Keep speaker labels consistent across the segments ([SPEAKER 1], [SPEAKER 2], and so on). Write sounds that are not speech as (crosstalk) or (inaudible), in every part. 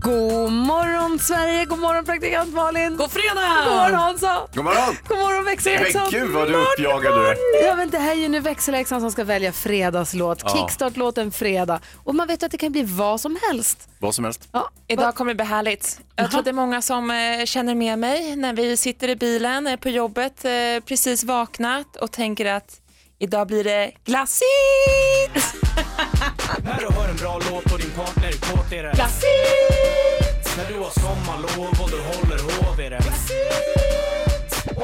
[SPEAKER 1] God morgon Sverige, god morgon praktikant Malin.
[SPEAKER 2] God fredag!
[SPEAKER 1] God morgon Hansa.
[SPEAKER 3] God morgon!
[SPEAKER 1] God morgon växelhäxan.
[SPEAKER 3] Men gud vad du är uppjagad du är.
[SPEAKER 1] Ja men det här är ju nu växelhäxan som ska välja fredagslåt. Kickstart-låten fredag. Och man vet ju att det kan bli vad som helst.
[SPEAKER 3] Vad som helst.
[SPEAKER 1] Ja,
[SPEAKER 4] Idag kommer det bli härligt. Jag tror att det är många som eh, känner med mig när vi sitter i bilen eh, på jobbet, eh, precis vaknat och tänker att idag blir det glassigt.
[SPEAKER 5] Här och hör en bra låt och din partner är kåt i det. När du har sommarlov och du håller hov i det.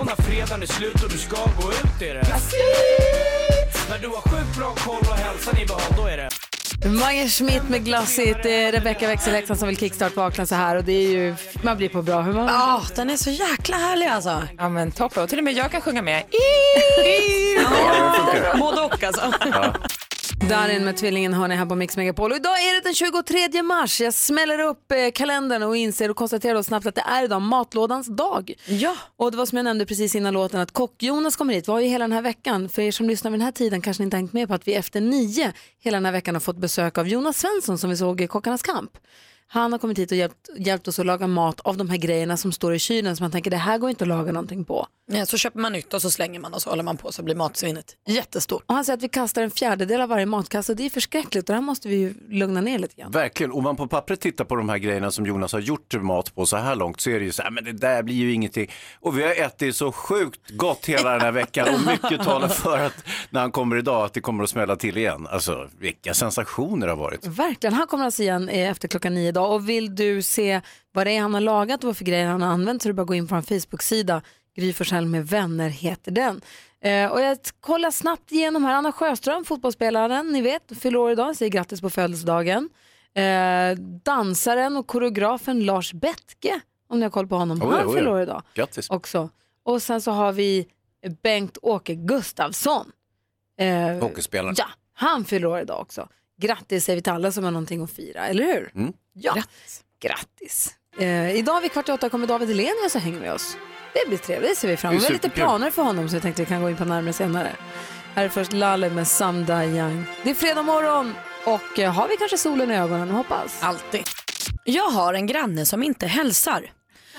[SPEAKER 5] Och när fredagen är slut och du ska gå ut i det. När du har sjukt bra koll och hälsan i behåll, då är det.
[SPEAKER 1] Mange Schmidt med glassigt. Det är Rebecca växelhäxan som vill kickstart-vakna så här och det är ju, man blir på bra humör.
[SPEAKER 6] Ja, den är så jäkla härlig alltså.
[SPEAKER 4] Ja men toppen, och till och med jag kan
[SPEAKER 6] (laughs)
[SPEAKER 4] sjunga med.
[SPEAKER 6] Både och alltså.
[SPEAKER 1] Darin med Tvillingen hör ni här på Mix Megapol. Och idag är det den 23 mars. Jag smäller upp eh, kalendern och inser och konstaterar då snabbt att det är idag matlådans dag.
[SPEAKER 6] Ja.
[SPEAKER 1] Och det var som jag nämnde precis innan låten att Kock-Jonas kommer hit. Vi har ju hela den här veckan, för er som lyssnar vid den här tiden kanske ni inte hängt med på att vi efter nio hela den här veckan har fått besök av Jonas Svensson som vi såg i Kockarnas kamp. Han har kommit hit och hjälpt, hjälpt oss att laga mat av de här grejerna som står i kylen som man tänker det här går inte att laga någonting på.
[SPEAKER 6] Ja, så köper man nytt och så slänger man och så håller man på så blir matsvinnet jättestort.
[SPEAKER 1] Och han säger att vi kastar en fjärdedel av varje matkasse och det är förskräckligt och det här måste vi ju lugna ner lite grann.
[SPEAKER 3] Verkligen, om man på pappret tittar på de här grejerna som Jonas har gjort mat på så här långt så är det ju så här, men det där blir ju ingenting. Och vi har ätit så sjukt gott hela den här veckan och mycket talar för att när han kommer idag att det kommer att smälla till igen. Alltså vilka sensationer det har varit.
[SPEAKER 1] Verkligen, han kommer alltså igen eh, efter klockan nio idag. Och vill du se vad det är han har lagat och vad för grejer han har använt så är det bara att gå in på hans Facebook-sida. Gry Forssell med vänner heter den. Eh, och jag t- kollar snabbt igenom här, Anna Sjöström, fotbollsspelaren, ni vet, fyller år idag, säger grattis på födelsedagen. Eh, dansaren och koreografen Lars Bettke, om ni har koll på
[SPEAKER 6] Oh,
[SPEAKER 1] honom,
[SPEAKER 3] Oj,
[SPEAKER 1] han
[SPEAKER 3] oj,
[SPEAKER 1] fyller
[SPEAKER 3] oj.
[SPEAKER 1] år idag
[SPEAKER 3] Grattis.
[SPEAKER 1] också. Och sen så har vi Bengt-Åke Gustafsson. Eh,
[SPEAKER 3] Hockeyspelaren.
[SPEAKER 1] Ja, han fyller år idag också. Grattis säger vi till alla som har någonting att fira, eller hur?
[SPEAKER 3] Mm.
[SPEAKER 1] Ja, grattis. Eh, idag vid kvart i åtta kommer David Hellenius och hänger med oss. Det blir trevligt, det ser vi fram
[SPEAKER 3] Det är
[SPEAKER 1] emot. Vi har lite
[SPEAKER 3] superkul.
[SPEAKER 1] planer för honom som jag tänkte vi kan gå in på närmare senare. Här är först Lalle med Sam Dayang. Det är fredag morgon och eh, har vi kanske solen i ögonen, hoppas.
[SPEAKER 6] Alltid. Jag har en granne som inte hälsar.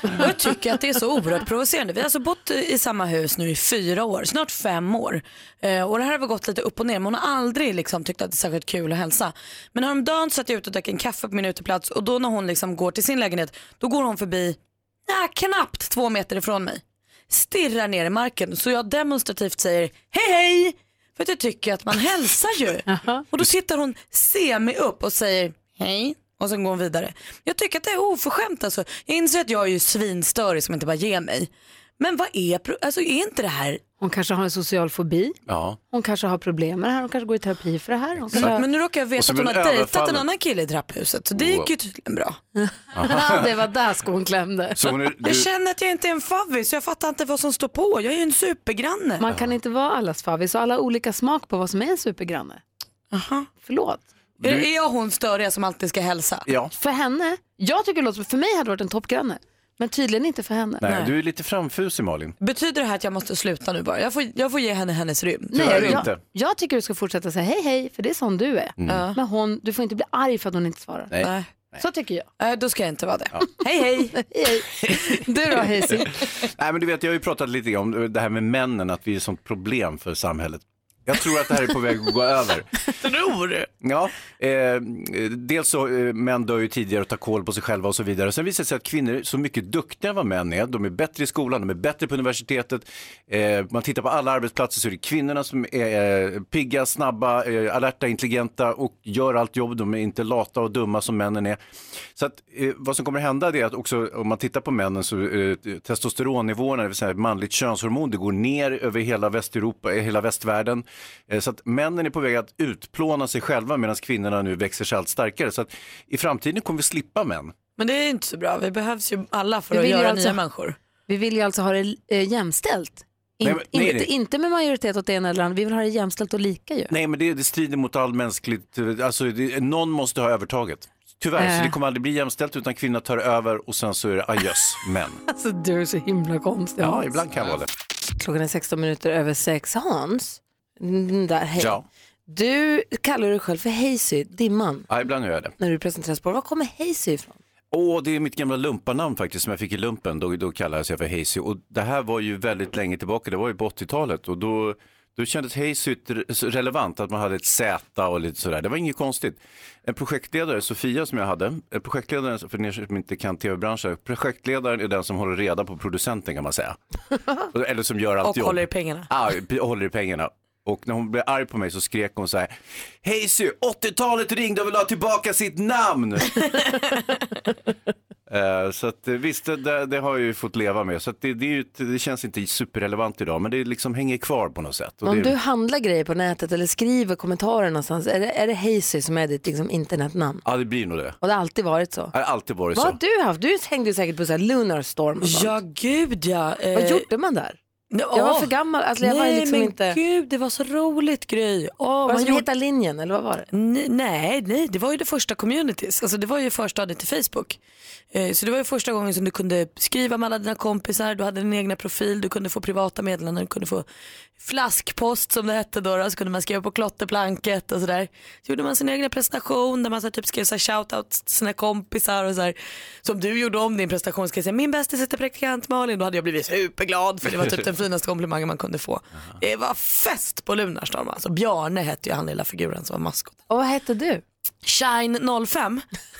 [SPEAKER 6] Och jag tycker att det är så oerhört provocerande. Vi har alltså bott i samma hus nu i fyra år, snart fem år. Eh, och det här har väl gått lite upp och ner. Men hon har aldrig liksom, tyckt att det är särskilt kul att hälsa. Men häromdagen satt jag ute och drack en kaffe på min uteplats och då när hon liksom går till sin lägenhet, då går hon förbi, nej, knappt två meter ifrån mig. Stirrar ner i marken så jag demonstrativt säger hej hej. För att jag tycker att man hälsar
[SPEAKER 1] (laughs)
[SPEAKER 6] ju. Och då sitter hon semi upp och säger hej och sen går hon vidare. Jag tycker att det är oförskämt alltså. Jag inser att jag är ju svinstörig som inte bara ger mig. Men vad är, pro- alltså är inte det här,
[SPEAKER 1] Hon kanske har en social fobi,
[SPEAKER 3] Ja.
[SPEAKER 1] hon kanske har problem med det här, hon kanske går i terapi för det här. Hon kanske...
[SPEAKER 6] men nu råkar jag
[SPEAKER 3] Och
[SPEAKER 6] veta
[SPEAKER 3] så
[SPEAKER 6] att hon
[SPEAKER 3] blir
[SPEAKER 6] har
[SPEAKER 3] hon
[SPEAKER 6] dejtat en
[SPEAKER 3] överfallen.
[SPEAKER 6] annan kille i trapphuset så det gick ju tydligen bra.
[SPEAKER 1] (laughs) det var där skon klämde.
[SPEAKER 3] Så hon är,
[SPEAKER 6] Jag
[SPEAKER 3] du,
[SPEAKER 6] känner att jag inte är en favvis så jag fattar inte vad som står på. Jag är ju en supergranne.
[SPEAKER 1] Man kan inte vara allas favvis och alla har olika smak på vad som är en supergranne.
[SPEAKER 6] Aha.
[SPEAKER 1] Förlåt.
[SPEAKER 6] Är, är jag hon störiga som alltid ska hälsa?
[SPEAKER 3] ja.
[SPEAKER 1] För henne, jag tycker det låter, som- för mig hade det varit en toppgranne. Men tydligen inte för henne.
[SPEAKER 3] Nej, du är lite framfusig Malin.
[SPEAKER 6] Betyder det här att jag måste sluta nu bara? Jag får, jag får ge henne hennes rym.
[SPEAKER 3] tyvärr
[SPEAKER 1] jag,
[SPEAKER 3] inte. Mm.
[SPEAKER 1] jag tycker du ska fortsätta säga hej hej, för det är sån du är. Men hon, du får inte bli arg för att hon inte svarar.
[SPEAKER 3] Nej.
[SPEAKER 6] Nej.
[SPEAKER 1] Så tycker jag.
[SPEAKER 6] Nej, då ska jag inte vara det. Hej hej!
[SPEAKER 1] (laughs) Hej, hej. Du då Hayes?
[SPEAKER 3] Nej, men du vet, jag har ju pratat lite grann om det här med männen, att vi är ett sånt problem för samhället. Jag tror att det här är på väg att gå över.
[SPEAKER 6] Tror du?
[SPEAKER 3] Ja, eh, dels så eh, män dör ju tidigare och tar koll på sig själva och så vidare. Sen visar det sig att kvinnor är så mycket duktigare än vad män är. De är bättre i skolan, de är bättre på universitetet. Eh, man tittar på alla arbetsplatser så är det kvinnorna som är eh, pigga, snabba, eh, alerta, intelligenta och gör allt jobb. De är inte lata och dumma som männen är. Så att, eh, vad som kommer hända det är att också om man tittar på männen så eh, testosteronnivåerna, det vill säga manligt könshormon, det går ner över hela Västeuropa, eh, hela västvärlden. Eh, så att männen är på väg att utplåna sig själva medan kvinnorna nu växer sig allt starkare. Så att i framtiden kommer vi slippa män.
[SPEAKER 6] Men det är ju inte så bra. Vi behövs ju alla för
[SPEAKER 1] Du
[SPEAKER 6] att
[SPEAKER 1] vill ju
[SPEAKER 6] göra
[SPEAKER 1] alltså-
[SPEAKER 6] nya människor.
[SPEAKER 1] Vi vill ju alltså ha det eh, jämställt. In,
[SPEAKER 3] Nej, men- nej,
[SPEAKER 1] inte,
[SPEAKER 3] nej.
[SPEAKER 1] inte med majoritet åt det ena eller andra, vi vill ha det jämställt och lika ju.
[SPEAKER 3] Nej, men det, det strider mot all mänskligt, alltså det, någon måste ha övertaget. Tyvärr,
[SPEAKER 1] Äh.
[SPEAKER 3] så det kommer aldrig bli jämställt utan kvinnorna tar över och sen så är det ajöss, män.
[SPEAKER 1] (laughs) Alltså du är så himla konstig
[SPEAKER 3] Ja,
[SPEAKER 1] Hans.
[SPEAKER 3] ibland kan det vara det.
[SPEAKER 1] Klockan är 16 minuter över 6. Hans, mm, där, hej.
[SPEAKER 3] Ja,
[SPEAKER 1] Du kallar dig själv för Hazy, Dimman,
[SPEAKER 3] ja ibland gör jag det.
[SPEAKER 1] när du presenteras på. Var kommer Hazy ifrån?
[SPEAKER 3] Åh, det är mitt gamla lumparnamn faktiskt som jag fick i lumpen. Då, då kallades jag för Hazy. Och det här var ju väldigt länge tillbaka, det var ju på 80-talet. Och då, då kändes Hazy re- relevant, att man hade ett Z och lite sådär. Det var inget konstigt. En projektledare, Sofia som jag hade, eh, projektledaren, för ni som inte kan tv-branschen, projektledaren är den som håller reda på producenten kan
[SPEAKER 6] (laughs)
[SPEAKER 3] man säga. Eller som gör allt
[SPEAKER 6] Och
[SPEAKER 3] jobb.
[SPEAKER 6] håller i pengarna.
[SPEAKER 3] Ja, och håller i pengarna. Och när hon blev arg på mig så skrek hon så här, Hej Sy, 80-talet ringde och ville ha tillbaka sitt namn. Eh, så att, eh, visst, det- det, det har jag ju fått leva med. Så att det, det, är ju, ett- det känns inte superrelevant idag, men det liksom hänger kvar på något sätt. Och
[SPEAKER 1] Om
[SPEAKER 3] det,
[SPEAKER 1] du handlar grejer på nätet eller skriver kommentarer någonstans, är det, är det Hazy som är ditt liksom, internetnamn?
[SPEAKER 3] Ja, det blir nog det.
[SPEAKER 1] Och det har alltid varit så.
[SPEAKER 3] Det har alltid varit
[SPEAKER 1] Vad
[SPEAKER 3] så.
[SPEAKER 1] har du haft? Du hängde ju säkert på så här Lunar Storm och sånt.
[SPEAKER 6] Ja, gud ja. Eh,
[SPEAKER 1] Vad gjorde man där?
[SPEAKER 6] ja.
[SPEAKER 1] Jag var för gammal, alltså jag var
[SPEAKER 6] Nej,
[SPEAKER 1] liksom
[SPEAKER 6] men
[SPEAKER 1] inte...
[SPEAKER 6] gud, det var så roligt Gry. Åh,
[SPEAKER 1] Var
[SPEAKER 6] man
[SPEAKER 1] det som
[SPEAKER 6] gjorde-
[SPEAKER 1] Hitta linjen eller vad var det?
[SPEAKER 6] N- Nej, nej, det var ju det första communities, alltså det var ju förstadiet till Facebook. Eh, Så det var ju första gången som du kunde skriva med alla dina kompisar, du hade din egna profil, du kunde få privata meddelanden, du kunde få flaskpost som det hette då, då så kunde man skriva på klotterplanket och sådär. Så gjorde man sin egna presentation där man så här typ skrev så här shoutout till sina kompisar och sådär. Som du gjorde om din presentation, ska jag säga min bästis heter praktikant Malin, då hade jag blivit superglad för det var typ den finaste komplimangen man kunde få. Det var fest på Lunarstorm alltså, Bjarne hette ju han lilla figuren som var maskot.
[SPEAKER 1] Och vad hette du?
[SPEAKER 6] Shine 05. (laughs)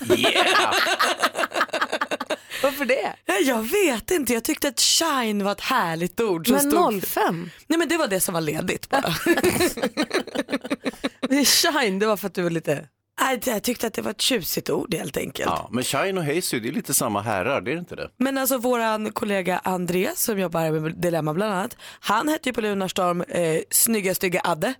[SPEAKER 1] Varför det?
[SPEAKER 6] Nej, Jag vet inte, jag tyckte att shine var ett härligt ord. Som
[SPEAKER 1] Men
[SPEAKER 6] stod...
[SPEAKER 1] 05?
[SPEAKER 6] Nej men det var det som var ledigt bara. (laughs)
[SPEAKER 1] (laughs) Det är shine, det var för att du var lite...
[SPEAKER 6] Nej, jag tyckte att det var ett tjusigt ord helt enkelt.
[SPEAKER 3] Ja, men Shine och Hazy, det är lite samma herrar, det är inte det?
[SPEAKER 6] Men alltså våran kollega André som jobbar här med Dilemma bland annat. Han hette ju på Lunarstorm eh, Snygga Stygga Adde.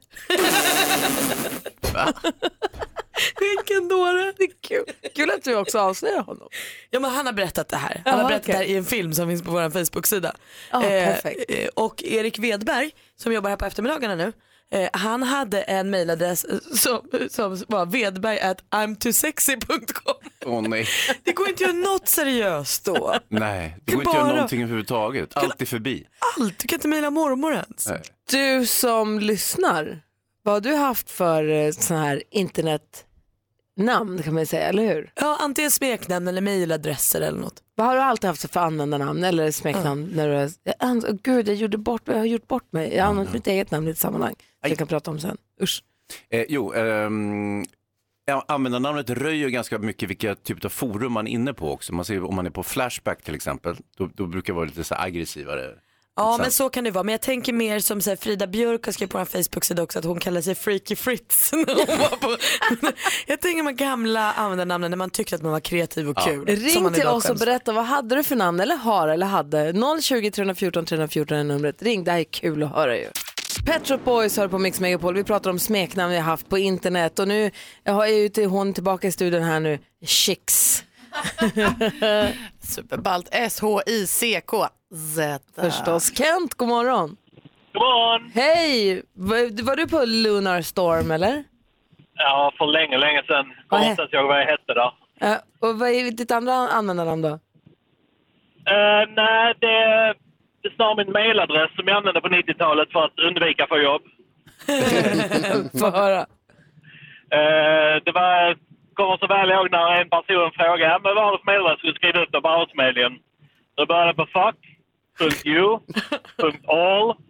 [SPEAKER 1] Vilken dåre! Det är kul. kul att du också avslöjar honom.
[SPEAKER 6] Ja men han har berättat det här. Han
[SPEAKER 1] Jaha,
[SPEAKER 6] har berättat
[SPEAKER 1] okej.
[SPEAKER 6] det här i en film som finns på vår Facebook-sida.
[SPEAKER 1] Ja, perfekt.
[SPEAKER 6] eh, och Erik Wedberg som jobbar här på eftermiddagarna nu. Eh, han hade en mailadress eh, som, som var vedberg at imtoosexy.com.
[SPEAKER 3] (laughs) Åh nej.
[SPEAKER 6] Det går inte att göra något seriöst då.
[SPEAKER 3] Nej, det går inte att
[SPEAKER 6] Bara-
[SPEAKER 3] göra någonting överhuvudtaget. Allt är förbi.
[SPEAKER 6] Allt, du kan inte mejla mormor ens.
[SPEAKER 3] Nej.
[SPEAKER 1] Du som lyssnar, vad har du haft för eh, sån här internetnamn kan man säga, eller hur?
[SPEAKER 6] Ja, antingen smeknamn eller mailadresser eller något.
[SPEAKER 1] Vad har du alltid haft för användarnamn eller smeknamn? När du, har- jag, ans- åh, gud, jag, gjorde bort, jag har gjort bort mig. Jag har använt mitt eget namn i ett sammanhang. Som vi kan prata om sen. Usch.
[SPEAKER 3] Eh, jo, ehm, ja, användarnamnet röjer ganska mycket vilka typ av forum man är inne på också. Man ser, om man är på Flashback till exempel, då, då brukar det vara lite så här aggressivare.
[SPEAKER 6] Ja men så kan det vara, men jag tänker mer som så här, Frida Björk har skrivit på vår Facebook-sida också att hon kallar sig Freaky Fritz. (laughs) när hon var på... jag tänker de här gamla användarnamnen när man tyckte att man var kreativ och kul. som
[SPEAKER 1] Ring
[SPEAKER 6] man
[SPEAKER 1] till
[SPEAKER 6] idag
[SPEAKER 1] oss och
[SPEAKER 6] skäms.
[SPEAKER 1] berätta vad hade du för namn eller har eller hade. 020 314 314 är numret. Ring, det här är kul att höra ju. Pet Shop Boys hör på Mix Megapol. Vi pratar om smeknamn vi har haft på internet och nu jag har ju till hon tillbaka i studion här nu, Chicks.
[SPEAKER 6] (laughs)
[SPEAKER 7] Superballt. S-H-I-C-K-Z.
[SPEAKER 1] Förstås. Kent, god morgon.
[SPEAKER 8] God morgon!
[SPEAKER 1] Hej! Var, var du på Lunar Storm eller?
[SPEAKER 8] Ja, för länge, länge sedan.
[SPEAKER 1] Vad
[SPEAKER 8] Kommer
[SPEAKER 1] he-
[SPEAKER 8] inte ens ihåg vad jag hette där.
[SPEAKER 1] Ja, Äh, och vad är ditt andra användarnamn då?
[SPEAKER 8] Eh, nej, det, det är snarare min mailadress som jag använde på 90-talet för att undvika att få jobb.
[SPEAKER 1] Få höra.
[SPEAKER 8] Eh, det var, kommer så väl ihåg när en person frågade "Ja, men vad har du för mailadress du skriva ut det på Arbetsförmedlingen. Då började jag på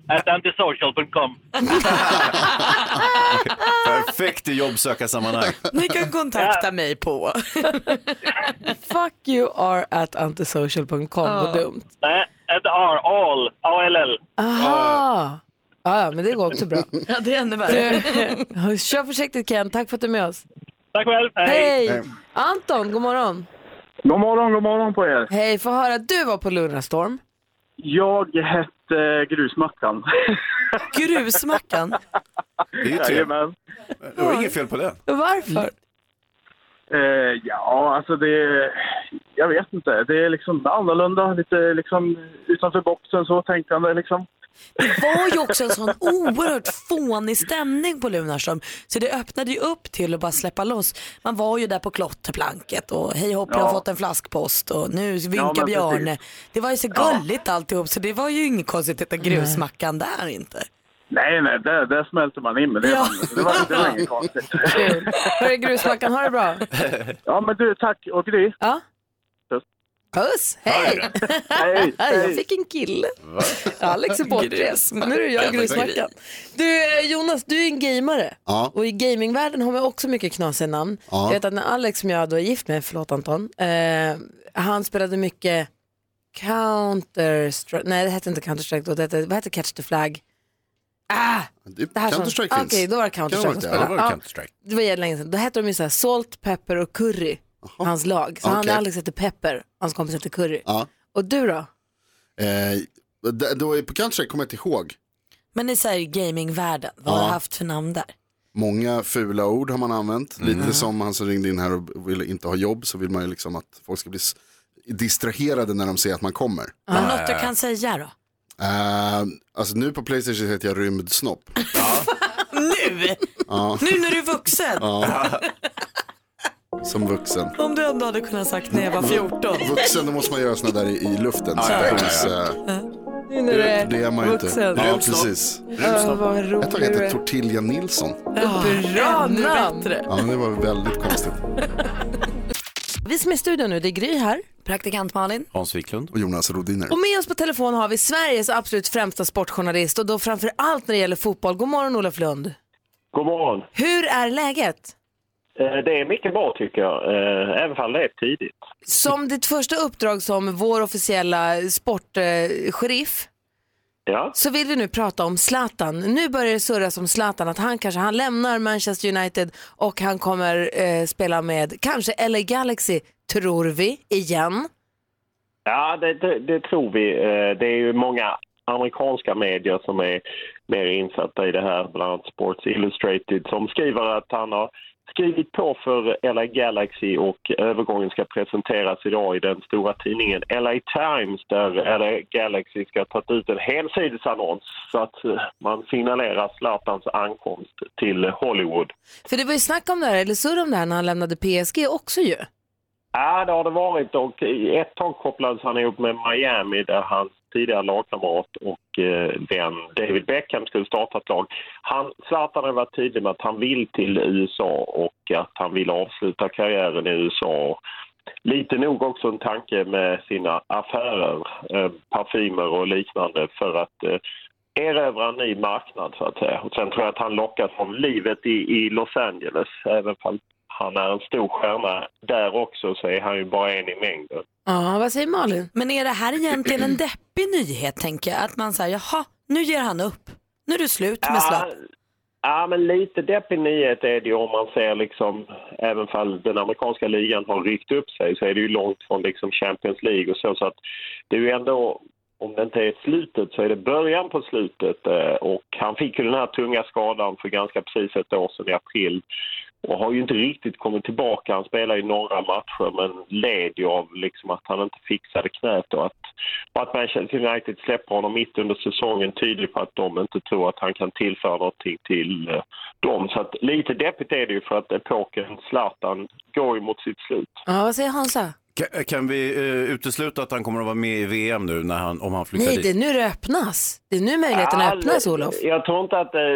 [SPEAKER 8] fuck.you.all.antisocial.com.
[SPEAKER 3] Perfekt i jobbsökarsammanhang.
[SPEAKER 6] Ni kan kontakta mig på.
[SPEAKER 1] Fuck you are at antisocial.com,
[SPEAKER 6] Ah.
[SPEAKER 1] vad dumt.
[SPEAKER 8] Nej, inte R, all. A-L-L.
[SPEAKER 1] Aha! Ja, ja, men det går också bra.
[SPEAKER 6] ja det är ännu värre.
[SPEAKER 1] (laughs) Kör försiktigt Ken, tack för att du är med oss.
[SPEAKER 8] Tack själv,
[SPEAKER 1] Hej! Anton, god morgon.
[SPEAKER 9] God morgon, god morgon på er.
[SPEAKER 1] Hej, få höra att du var på Lunarstorm.
[SPEAKER 9] Jag hette
[SPEAKER 1] (laughs)
[SPEAKER 9] Grusmackan.
[SPEAKER 6] Grusmackan.
[SPEAKER 3] Det är ju trevligt.
[SPEAKER 9] Jajamän.
[SPEAKER 3] Det var inget fel på det.
[SPEAKER 1] Varför?
[SPEAKER 9] Eh, ja, alltså det... jag vet inte. Det är liksom annorlunda, lite liksom utanför boxen så tänkande liksom.
[SPEAKER 6] Det var ju också en sån oerhört fånig stämning på Lunarstorm. Så det öppnade ju upp till att bara släppa loss. Man var ju där på klotterplanket och hej hopp jag har
[SPEAKER 9] Ja.
[SPEAKER 6] fått en flaskpost och nu
[SPEAKER 9] Ja,
[SPEAKER 6] vinkar
[SPEAKER 9] men
[SPEAKER 6] Bjarne.
[SPEAKER 9] precis.
[SPEAKER 6] Det var ju så gulligt alltihop så det var ju inget konstigt att hitta grusmackan där inte.
[SPEAKER 9] Nej, nej, där, där smälter man in med det.
[SPEAKER 6] Ja.
[SPEAKER 9] Det var, det
[SPEAKER 1] (laughs)
[SPEAKER 9] var inget konstigt.
[SPEAKER 1] Hörru grusmackan, ha det bra.
[SPEAKER 9] Ja, men du, tack. Och Gry.
[SPEAKER 1] Ja.
[SPEAKER 9] Puss.
[SPEAKER 1] Puss, hej! (laughs)
[SPEAKER 9] Hej,
[SPEAKER 1] Jag
[SPEAKER 9] hej.
[SPEAKER 1] fick en kille. Alex är bortrest. Nu är det jag
[SPEAKER 7] Grusmackan.
[SPEAKER 1] grusmackan. Du eh, Jonas, du är en gamare.
[SPEAKER 7] Ja.
[SPEAKER 1] Och i gamingvärlden har man också mycket knasiga namn.
[SPEAKER 7] Ja.
[SPEAKER 1] Jag vet att när Alex som jag då är gift med, förlåt Anton, eh, han spelade mycket Counter-Strike, nej det hette inte Counter-Strike då, det hette, vad hette Catch the Flag? Ah!
[SPEAKER 7] Det-
[SPEAKER 1] Det här som-
[SPEAKER 7] Counter-Strike
[SPEAKER 1] Ah,
[SPEAKER 7] finns.
[SPEAKER 1] Okej, då var det Counter-Strike
[SPEAKER 7] Kan
[SPEAKER 1] som
[SPEAKER 7] det
[SPEAKER 1] spelade.
[SPEAKER 7] vara det? Ja, det var
[SPEAKER 1] Ja,
[SPEAKER 3] Counter-Strike.
[SPEAKER 1] Det var jättelänge sedan. Då hette de ju så här Salt, Pepper och Curry, hans lag. Så han
[SPEAKER 7] Okej.
[SPEAKER 1] Alex hette Pepper, hans kompis hette Curry.
[SPEAKER 7] Ja.
[SPEAKER 1] Och du då?
[SPEAKER 7] Eh, det, det var ju på Counter-Strike, kommer jag inte ihåg.
[SPEAKER 6] Men i så här gamingvärlden, vad har
[SPEAKER 7] Ja.
[SPEAKER 6] du haft för namn där?
[SPEAKER 7] Många fula ord har man använt. Lite som han som ringde in här och ville inte ha jobb så vill man ju liksom att folk ska bli s- distraherade när de ser att man kommer.
[SPEAKER 1] Ah.
[SPEAKER 6] Men något du kan säga då?
[SPEAKER 7] Eh, alltså nu på Playstation heter jag
[SPEAKER 1] (laughs)
[SPEAKER 7] rymdsnopp.
[SPEAKER 6] Nu!
[SPEAKER 7] Ja,
[SPEAKER 6] Nu när du är vuxen!
[SPEAKER 1] (laughs)
[SPEAKER 7] som vuxen.
[SPEAKER 6] Om du ändå hade kunnat sagt när jag var 14.
[SPEAKER 7] Vuxen då måste man göra sådana där i, i luften. Situations, eh,
[SPEAKER 1] Nu när du är
[SPEAKER 7] Det är man ju inte.
[SPEAKER 1] vuxen.
[SPEAKER 7] Ja, precis.
[SPEAKER 1] Åh, vad
[SPEAKER 7] Jag
[SPEAKER 1] rolig
[SPEAKER 7] tror
[SPEAKER 1] du
[SPEAKER 7] jag
[SPEAKER 1] är.
[SPEAKER 7] heter Tortilla Nilsson.
[SPEAKER 1] Bra namn!
[SPEAKER 7] Ja, men det var väldigt konstigt.
[SPEAKER 1] Vi som är i studion nu, det är Gry här.
[SPEAKER 6] Praktikant Malin.
[SPEAKER 3] Hans Wiklund.
[SPEAKER 7] Och Jonas Rodiner.
[SPEAKER 1] Och med oss på telefon har vi Sveriges absolut främsta sportjournalist och då framför allt när det gäller fotboll. God morgon Olof Lund.
[SPEAKER 8] God morgon.
[SPEAKER 1] Hur är läget?
[SPEAKER 8] Eh, Det är mycket bra tycker jag, eh, även om det är tidigt.
[SPEAKER 1] Som ditt första uppdrag som vår officiella sportsheriff
[SPEAKER 8] Ja,
[SPEAKER 1] så vill vi nu prata om Zlatan. Nu börjar det surras om Zlatan att han kanske han lämnar Manchester United och han kommer eh, spela med kanske LA Galaxy, tror vi, igen.
[SPEAKER 8] ja det, det, det tror vi. Eh, Det är ju många amerikanska medier som är mer insatta i det här, bland annat Sports Illustrated, som skriver att han har skrivit på för LA Galaxy och övergången ska presenteras idag i den stora tidningen LA Times där LA Galaxy ska ha tagit ut en helsidesannons så att eh, man signalerar Zlatans ankomst till Hollywood.
[SPEAKER 1] För det var ju snack om det här, eller surr om det här när han lämnade PSG också ju.
[SPEAKER 8] Ja, det har det varit och i ett tag kopplades han ihop med Miami där hans tidigare lagkamrat och eh, vän David Beckham skulle starta ett lag. Han, Zlatan har varit tydlig med att han vill till USA och att han vill avsluta karriären i USA. Lite nog också en tanke med sina affärer, eh, parfymer och liknande för att eh, erövra en ny marknad så att säga. Och sen tror jag att han lockas av livet i, i Los Angeles. Även om han är en stor stjärna där också så är han ju bara en i mängden.
[SPEAKER 1] Ja, vad säger Malin?
[SPEAKER 6] Men är det här egentligen en deppig nyhet tänker jag? Att man säger jaha, nu ger han upp. Nu är det slut med
[SPEAKER 8] Ja,
[SPEAKER 6] Zlatan.
[SPEAKER 8] ja, men lite deppig nyhet är det ju om man ser liksom, även fall den amerikanska ligan har ryckt upp sig så är det ju långt från liksom Champions League och så. Så att det är ju ändå, om det inte är slutet så är det början på slutet. eh, Och han fick ju den här tunga skadan för ganska precis ett år sedan i april och har ju inte riktigt kommit tillbaka. Han spelar ju några matcher men led ju av liksom att han inte fixade knät och att, och att Manchester United släpper honom mitt under säsongen tyder på att de inte tror att han kan tillföra någonting till eh, dem. Så att lite deppigt är det ju för att epoken Zlatan går ju mot sitt slut.
[SPEAKER 1] Ja, vad säger Hansa?
[SPEAKER 3] Kan, kan vi eh, utesluta att han kommer att vara med i VM nu när han, om han flyttar
[SPEAKER 1] Nej,
[SPEAKER 3] dit?
[SPEAKER 1] det är nu det öppnas. Det är nu möjligheten
[SPEAKER 8] Ja,
[SPEAKER 1] öppnas, Olof.
[SPEAKER 8] Jag tror inte att eh,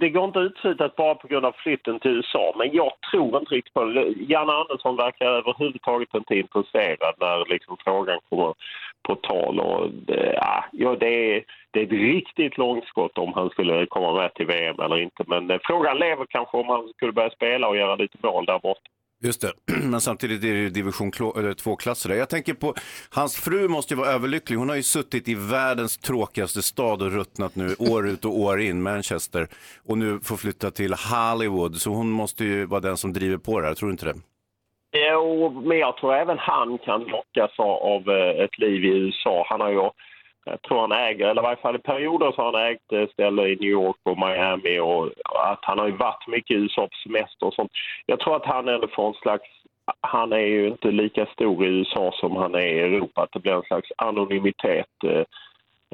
[SPEAKER 8] det går inte att utesluta att bara på grund av flytten till USA, men jag tror inte riktigt på det. Janne Andersson verkar överhuvudtaget inte intresserad när liksom frågan kommer på tal. Och, eh, ja, det, är, det är ett riktigt långskott om han skulle komma med till VM eller inte, men eh, frågan lever kanske om han skulle börja spela och göra lite mål där borta.
[SPEAKER 3] Just det, (clears throat) men samtidigt är det ju division 2-klasser där. Jag tänker på, hans fru måste ju vara överlycklig. Hon har ju suttit i världens tråkigaste stad och ruttnat nu år ut och år in, Manchester. Och nu får flytta till Hollywood, så hon måste ju vara den som driver på det här, tror du inte det?
[SPEAKER 8] Jo, men jag tror även han kan lockas av- av eh, ett liv i USA. Han har ju, jag tror han äger, eller i varje fall i perioder så har han ägt eh, ställen i New York och Miami och att han har ju varit mycket i USA på semester och sånt. Jag tror att han ändå får en slags han är ju inte lika stor i USA som han är i Europa. Att det blir en slags anonymitet, eh,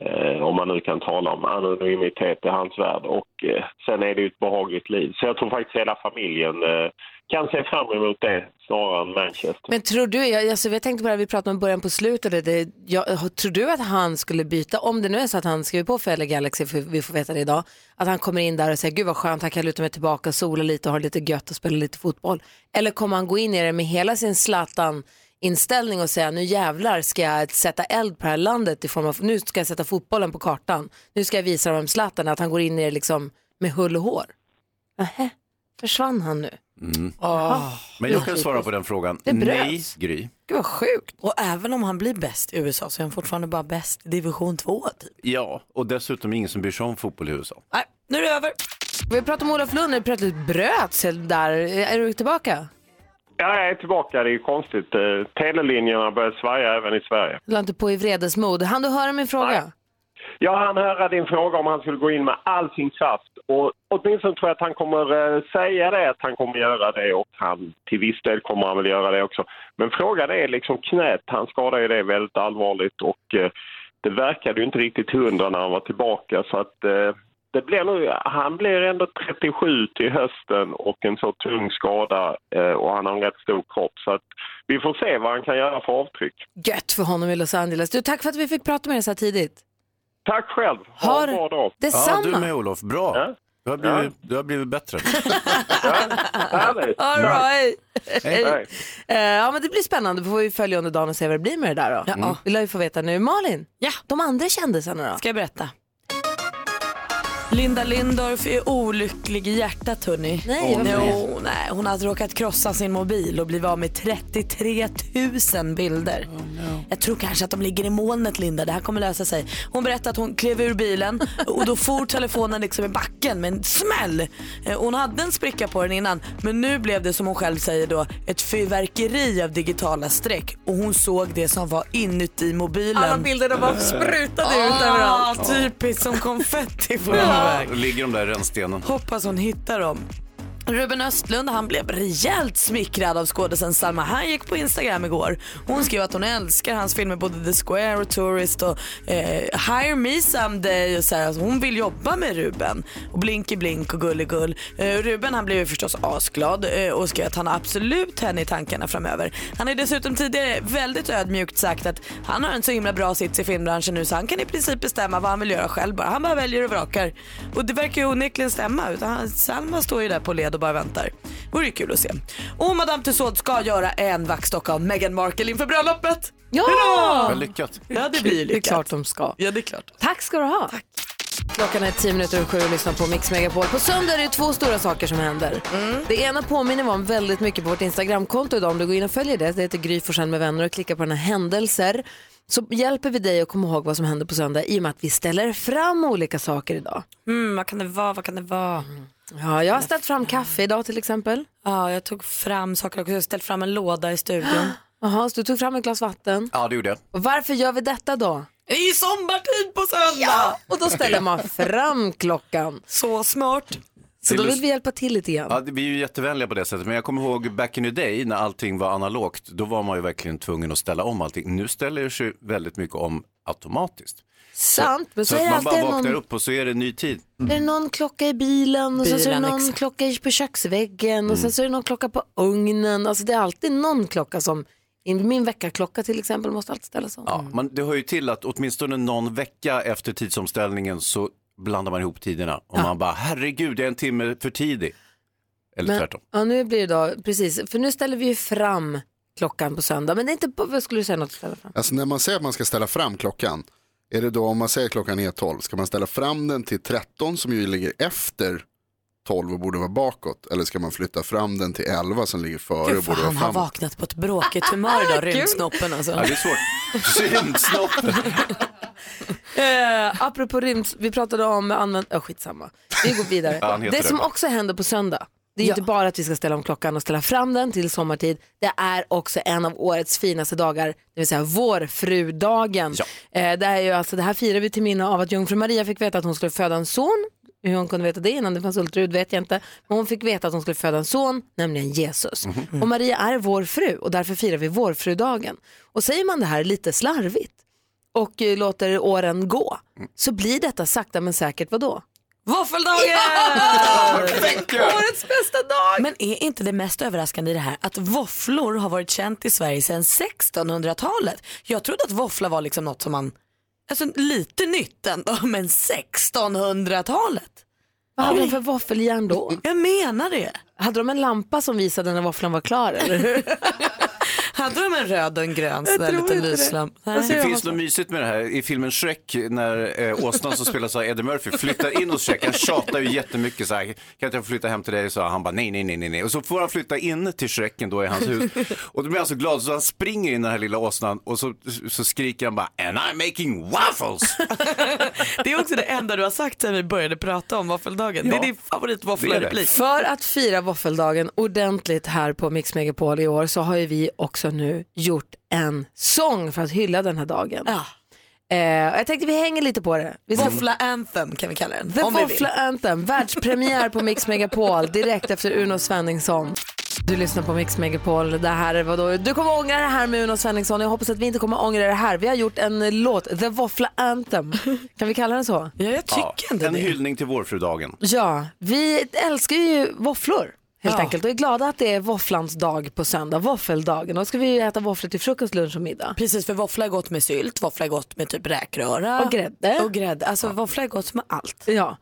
[SPEAKER 8] eh, om man nu kan tala om anonymitet i hans värld. Och eh, sen är det ju ett behagligt liv. Så jag tror faktiskt hela familjen eh, kan se fram emot det snarare än Manchester.
[SPEAKER 1] Men tror du, jag, alltså, jag tänkte på det här vi pratade om i början på slutet, det, jag, tror du att han skulle byta, om det nu är så att han skriver på för LA Galaxy, för vi får veta det idag, att han kommer in där och säger gud vad skönt, här kan jag luta mig tillbaka, sola lite och ha lite gött och spela lite fotboll. Eller kommer han gå in i det med hela sin Zlatan-inställning och säga nu jävlar ska jag sätta eld på det här landet i form av, nu ska jag sätta fotbollen på kartan, nu ska jag visa dem Zlatan, att han går in i det liksom med hull och hår. Nähä, försvann han nu?
[SPEAKER 3] Mm.
[SPEAKER 1] Åh.
[SPEAKER 3] Men jag kan svara på den frågan.
[SPEAKER 6] Det bröts.
[SPEAKER 3] Nej, Gry.
[SPEAKER 1] Gud vad sjukt.
[SPEAKER 6] Och även om han blir bäst i USA så är han fortfarande bara bäst i division 2 typ.
[SPEAKER 3] Ja, och dessutom ingen som bryr sig om fotboll i USA.
[SPEAKER 6] Nej, nu är det över.
[SPEAKER 1] Vi pratar om Olof Lund, nu plötsligt bröts helt där. Är du tillbaka?
[SPEAKER 8] Ja, jag är tillbaka, det är ju konstigt. Eh, Telelinjerna börjar svaja även i Sverige.
[SPEAKER 1] Du la inte på i vredesmod. Han du höra min fråga?
[SPEAKER 8] Jag hann höra din fråga om han skulle gå in med all sin kraft. Och åtminstone tror jag att han kommer eh, säga det, att han kommer göra det och han, till viss del kommer han väl göra det också. Men frågan är liksom knät, han skadade ju det väldigt allvarligt och eh, det verkade ju inte riktigt hundra när han var tillbaka så att eh, det blir nog, han blir ändå 37 till hösten och en så tung skada eh, och han har en rätt stor kropp så att vi får se vad han kan göra för avtryck.
[SPEAKER 1] Gött för honom i Los Angeles. Du, tack för att vi fick prata med dig så här tidigt.
[SPEAKER 8] Tack själv, ha
[SPEAKER 1] Har-
[SPEAKER 8] en bra dag!
[SPEAKER 1] Detsamma.
[SPEAKER 3] Ja, du med Olof. Bra. Du, har blivit, du har blivit bättre.
[SPEAKER 1] (laughs) All right.
[SPEAKER 3] Hej.
[SPEAKER 1] Hej. Eh, Ja, men det blir spännande. Får vi följa under dagen och se vad det blir med det där då.
[SPEAKER 6] Ja. Mm.
[SPEAKER 1] Vi lär ju få veta nu. Malin, ja. de andra kändisarna då?
[SPEAKER 6] Ska jag berätta? Linda Lindorff är olycklig i hjärtat hörni.
[SPEAKER 1] Nej, varför det?
[SPEAKER 6] Jo, nej, hon har råkat krossa sin mobil och blivit av med 33 000 bilder. Jag tror kanske att de ligger i molnet Linda, det här kommer lösa sig. Hon berättade att hon klev ur
[SPEAKER 1] (laughs)
[SPEAKER 6] bilen och då for telefonen liksom i backen med en smäll. Eh, Hon hade en spricka på den innan men nu blev det som hon själv säger då ett fyrverkeri av digitala streck och hon såg det som var inuti mobilen.
[SPEAKER 1] Alla bilderna bara sprutade ut
[SPEAKER 6] Ah,
[SPEAKER 1] överallt.
[SPEAKER 6] Typiskt som konfetti på
[SPEAKER 3] Ja.
[SPEAKER 6] väg.
[SPEAKER 3] Ligger de där i rännstenen.
[SPEAKER 6] Hoppas hon hittar dem. Ruben Östlund han blev rejält smickrad av skådisen Salma Hayek på Instagram igår. Hon skrev att hon älskar hans filmer både The Square och Tourist och eh, Hire Me Someday. Och så här, alltså, hon vill jobba med Ruben. Och Blinky Blink och Gulligull. Eh, Ruben han blev ju förstås asglad eh, och skrev att han har absolut henne i tankarna framöver. Han har ju dessutom tidigare väldigt ödmjukt sagt att han har en så himla bra sits i filmbranschen nu så han kan i princip bestämma vad han vill göra själv bara. Han bara väljer och vrakar. Och det verkar ju onekligen stämma. Utan han, Salma står ju där på led och bara väntar. Vore ju kul att se. Och Madame Tussauds ska göra en vaxdocka av Meghan Markle inför bröllopet.
[SPEAKER 1] Ja!
[SPEAKER 3] Väl lyckat.
[SPEAKER 6] Ja, det blir ju
[SPEAKER 1] Det är
[SPEAKER 6] lyckat.
[SPEAKER 1] klart de ska.
[SPEAKER 6] Ja, det är klart.
[SPEAKER 1] Tack ska du ha. Klockan är tio minuter över sju och lyssnar på Mix Megapol. På söndag är det två stora saker som händer.
[SPEAKER 6] Mm.
[SPEAKER 1] Det ena påminner vi om väldigt mycket på vårt Instagramkonto idag. Om du går in och följer det, det heter Gry Forssell med vänner och klickar på den här händelser så hjälper vi dig att komma ihåg vad som händer på söndag i och med att vi ställer fram olika saker idag.
[SPEAKER 6] Mm, vad kan det vara? Vad kan det vara?
[SPEAKER 1] Ja, jag har ställt fram kaffe idag till exempel.
[SPEAKER 6] Ja, jag tog fram saker också. Jag ställde fram en låda i studion.
[SPEAKER 1] (gasps) Jaha, så du tog fram ett glas vatten.
[SPEAKER 3] Ja, det gjorde jag.
[SPEAKER 1] Och varför gör vi detta då?
[SPEAKER 6] Det är ju sommartid på söndag!
[SPEAKER 1] Och då ställer man fram klockan.
[SPEAKER 6] Så smart.
[SPEAKER 1] Så då vill vi hjälpa till lite grann.
[SPEAKER 3] Ja, det- vi är ju jättevänliga på det sättet, men jag kommer ihåg back in the day när allting var analogt, då var man ju verkligen tvungen att ställa om allting. Nu ställer det sig väldigt mycket om automatiskt.
[SPEAKER 1] Sant, men så,
[SPEAKER 3] så
[SPEAKER 1] är
[SPEAKER 3] att
[SPEAKER 1] det
[SPEAKER 3] man bara
[SPEAKER 1] alltid
[SPEAKER 3] vaknar
[SPEAKER 1] någon...
[SPEAKER 3] upp och så är det ny tid.
[SPEAKER 1] Det är någon klocka i bilen och sen så är det
[SPEAKER 6] Bilen,
[SPEAKER 1] någon
[SPEAKER 6] exakt.
[SPEAKER 1] klocka i- på köksväggen och
[SPEAKER 3] Mm.
[SPEAKER 1] sen så är det någon klocka på ugnen. Alltså det är alltid någon klocka som, i min väckarklocka till exempel måste alltid ställas om.
[SPEAKER 3] Ja, men det hör ju till att åtminstone någon vecka efter tidsomställningen så blandar man ihop tiderna och man bara herregud, jag är en timme för tidig. Eller
[SPEAKER 1] men,
[SPEAKER 3] tvärtom.
[SPEAKER 1] Ja, nu blir det då, precis, för nu ställer vi ju fram klockan på söndag. Men det är inte, på- vad skulle du säga något att ställa fram?
[SPEAKER 7] Alltså när man säger att man ska ställa fram klockan, är det då om man säger klockan är 12, ska man ställa fram den till 13 som ju ligger efter 12 och borde vara bakåt? Eller ska man flytta fram den till 11 som ligger före och
[SPEAKER 6] Gud,
[SPEAKER 7] borde vara
[SPEAKER 6] fan, han har
[SPEAKER 7] framåt?
[SPEAKER 6] vaknat på ett bråkigt humör (laughs) idag,
[SPEAKER 1] Kul.
[SPEAKER 6] rymdsnoppen alltså.
[SPEAKER 3] Ja, det är svårt.
[SPEAKER 7] (laughs)
[SPEAKER 3] Synsnoppen.
[SPEAKER 1] Eh, apropå rymd, vi pratade om använd... Oh, skitsamma, vi går vidare.
[SPEAKER 3] Ja, han heter
[SPEAKER 1] det
[SPEAKER 3] det
[SPEAKER 1] som
[SPEAKER 3] bara.
[SPEAKER 1] också händer på söndag, det är ju
[SPEAKER 6] Ja.
[SPEAKER 1] inte bara att vi ska ställa om klockan och ställa fram den till sommartid. Det är också en av årets finaste dagar, det vill säga vårfrudagen.
[SPEAKER 3] Ja.
[SPEAKER 1] Eh, det, är ju alltså, det här firar vi till minne av att jungfru Maria fick veta att hon skulle föda en son Hur hon kunde veta det innan det fanns ultraljud vet jag inte. Men hon fick veta att hon skulle föda en son, nämligen Jesus.
[SPEAKER 3] Mhm.
[SPEAKER 1] Och Maria är vår fru och därför firar vi vårfrudagen. Och säger man det här lite slarvigt och eh, låter åren gå så blir detta sakta men säkert vadå?
[SPEAKER 6] Våffeldagen!
[SPEAKER 1] Årets bästa dag!
[SPEAKER 6] Men är inte det mest överraskande i det här att våfflor har varit känt i Sverige sedan 1600-talet? Jag trodde att våffla var liksom något som man, alltså lite nytt ändå, (laughs) men 1600-talet?
[SPEAKER 1] Vad hade de för våffeljärn då?
[SPEAKER 6] Jag menar det.
[SPEAKER 1] Hade de en lampa som visade när våfflan var klar? Eller hur?
[SPEAKER 6] hade de en röd och en grön
[SPEAKER 1] Jag
[SPEAKER 6] sån där
[SPEAKER 1] tror
[SPEAKER 6] liten
[SPEAKER 1] inte det.
[SPEAKER 6] lyslamp?
[SPEAKER 1] Vad
[SPEAKER 3] Det finns något mysigt med det här i filmen Shrek när eh, åsnan som spelas av Eddie Murphy flyttar in hos Shrek. Han tjatar ju jättemycket så här, kan inte jag få flytta hem till dig? Så han bara nej, nej, nej, nej, nej. Och så får han flytta in till Shrek då i hans hus. Och då blir han så glad så han springer in i den här lilla åsnan och så, så skriker han bara and I'm making waffles.
[SPEAKER 10] (laughs) Det är också det enda du har sagt sen vi började prata om våffeldagen. Det är din favoritvåfflareplik.
[SPEAKER 1] För att fira våffeldagen ordentligt här på Mix Megapol i år så har ju vi också nu gjort en sång för att hylla den här dagen. Eh, och jag tänkte vi hänger lite på det. Vi ska-
[SPEAKER 6] Våffla anthem kan vi kalla den.
[SPEAKER 1] The
[SPEAKER 6] om vi vill.
[SPEAKER 1] Våffla Anthem, världspremiär på Mix Megapol direkt efter Uno Svenningsson. Du lyssnar på Mix Megapol. Det här är vadå? Du kommer ångra det här med Uno Svenningsson. Jag hoppas att vi inte kommer ångra det här. Vi har gjort en eh, låt, The Våffla Anthem. Kan vi kalla den så?
[SPEAKER 6] Ja, jag
[SPEAKER 3] Ja, en hyllning till vårfrudagen.
[SPEAKER 1] Ja, vi älskar ju våfflor helt enkelt och är glada att det är våfflans dag på söndag, våffeldagen. Då ska vi ju äta våfflor till frukost, lunch och middag.
[SPEAKER 6] Precis, för våffla är gott med sylt, våffla är gott med typ räkröra.
[SPEAKER 1] Och grädde.
[SPEAKER 6] Och grädde. Alltså våffla är gott med allt.
[SPEAKER 1] Ja.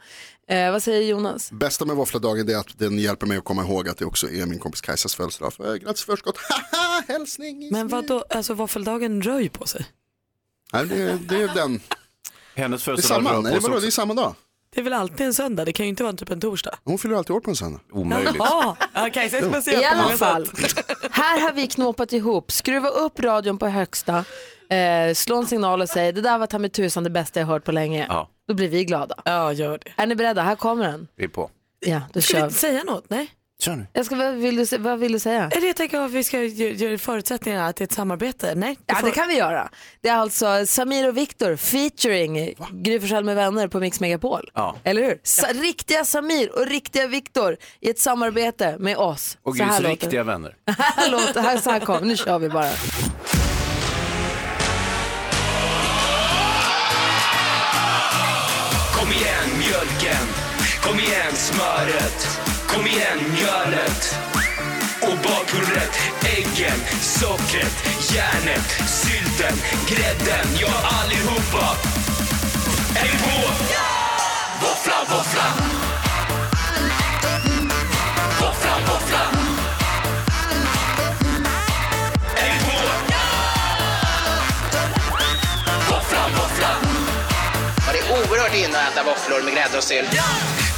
[SPEAKER 1] Eh, vad säger Jonas?
[SPEAKER 7] Bästa med våffladagen är att den hjälper mig att komma ihåg att det också är min kompis Kajsas födelsedag. För, eh, Grattis förskott. Haha, (laughs) hälsning.
[SPEAKER 6] Men vad då? alltså våffeldagen rör ju på sig.
[SPEAKER 7] Nej, det, det är den.
[SPEAKER 3] Hennes
[SPEAKER 7] Det är
[SPEAKER 3] födelsedag
[SPEAKER 7] samma,
[SPEAKER 3] rör på
[SPEAKER 7] nej,
[SPEAKER 3] sig
[SPEAKER 7] vadå,
[SPEAKER 3] också.
[SPEAKER 7] det är samma dag.
[SPEAKER 10] Det är väl alltid en söndag, det kan ju inte vara typ en torsdag.
[SPEAKER 7] Hon fyller alltid år på en söndag.
[SPEAKER 3] Omöjligt.
[SPEAKER 10] Jaha, ja, Kajsa är speciell
[SPEAKER 1] I
[SPEAKER 10] på
[SPEAKER 1] alla
[SPEAKER 10] många
[SPEAKER 1] fall,
[SPEAKER 10] sätt.
[SPEAKER 1] här har vi knåpat ihop, skruva upp radion på högsta, eh, slå en signal och säg det där var ta mig tusan det bästa jag hört på länge.
[SPEAKER 3] Ja.
[SPEAKER 1] Då blir vi glada.
[SPEAKER 10] Ja, gör det.
[SPEAKER 1] Är ni beredda? Här kommer den.
[SPEAKER 3] Vi är på.
[SPEAKER 1] Ja, då
[SPEAKER 6] Ska vi
[SPEAKER 1] kör
[SPEAKER 6] inte
[SPEAKER 1] vi.
[SPEAKER 6] säga något? Nej.
[SPEAKER 3] Kör nu.
[SPEAKER 1] Jag ska, vad, vill du, se- vad vill du säga?
[SPEAKER 6] Eller jag tänker att vi ska ge- göra förutsättningarna att det är ett samarbete. Nej,
[SPEAKER 1] Ja, det kan vi göra. Det är alltså Samir och Viktor featuring Gry Forssell med vänner på Mix Megapol.
[SPEAKER 3] Ja.
[SPEAKER 1] Eller hur? Sa- Riktiga Samir och riktiga Viktor i ett samarbete med oss.
[SPEAKER 3] Och
[SPEAKER 1] Så här
[SPEAKER 3] Grys
[SPEAKER 1] låter det.
[SPEAKER 3] riktiga vänner.
[SPEAKER 1] (laughs) Här låter här, så här kom, nu kör vi bara.
[SPEAKER 5] Kom igen mjölken, kom igen smöret, kom igen mjölet och bakpulvret, äggen, sockret, järnet, sylten, grädden, ja allihopa. Är ni på? Våffla, våffla. Våffla, våffla. Är ni på? Våffla, våffla. Ja, det är oerhört inne att äta våfflor med grädde och sylt.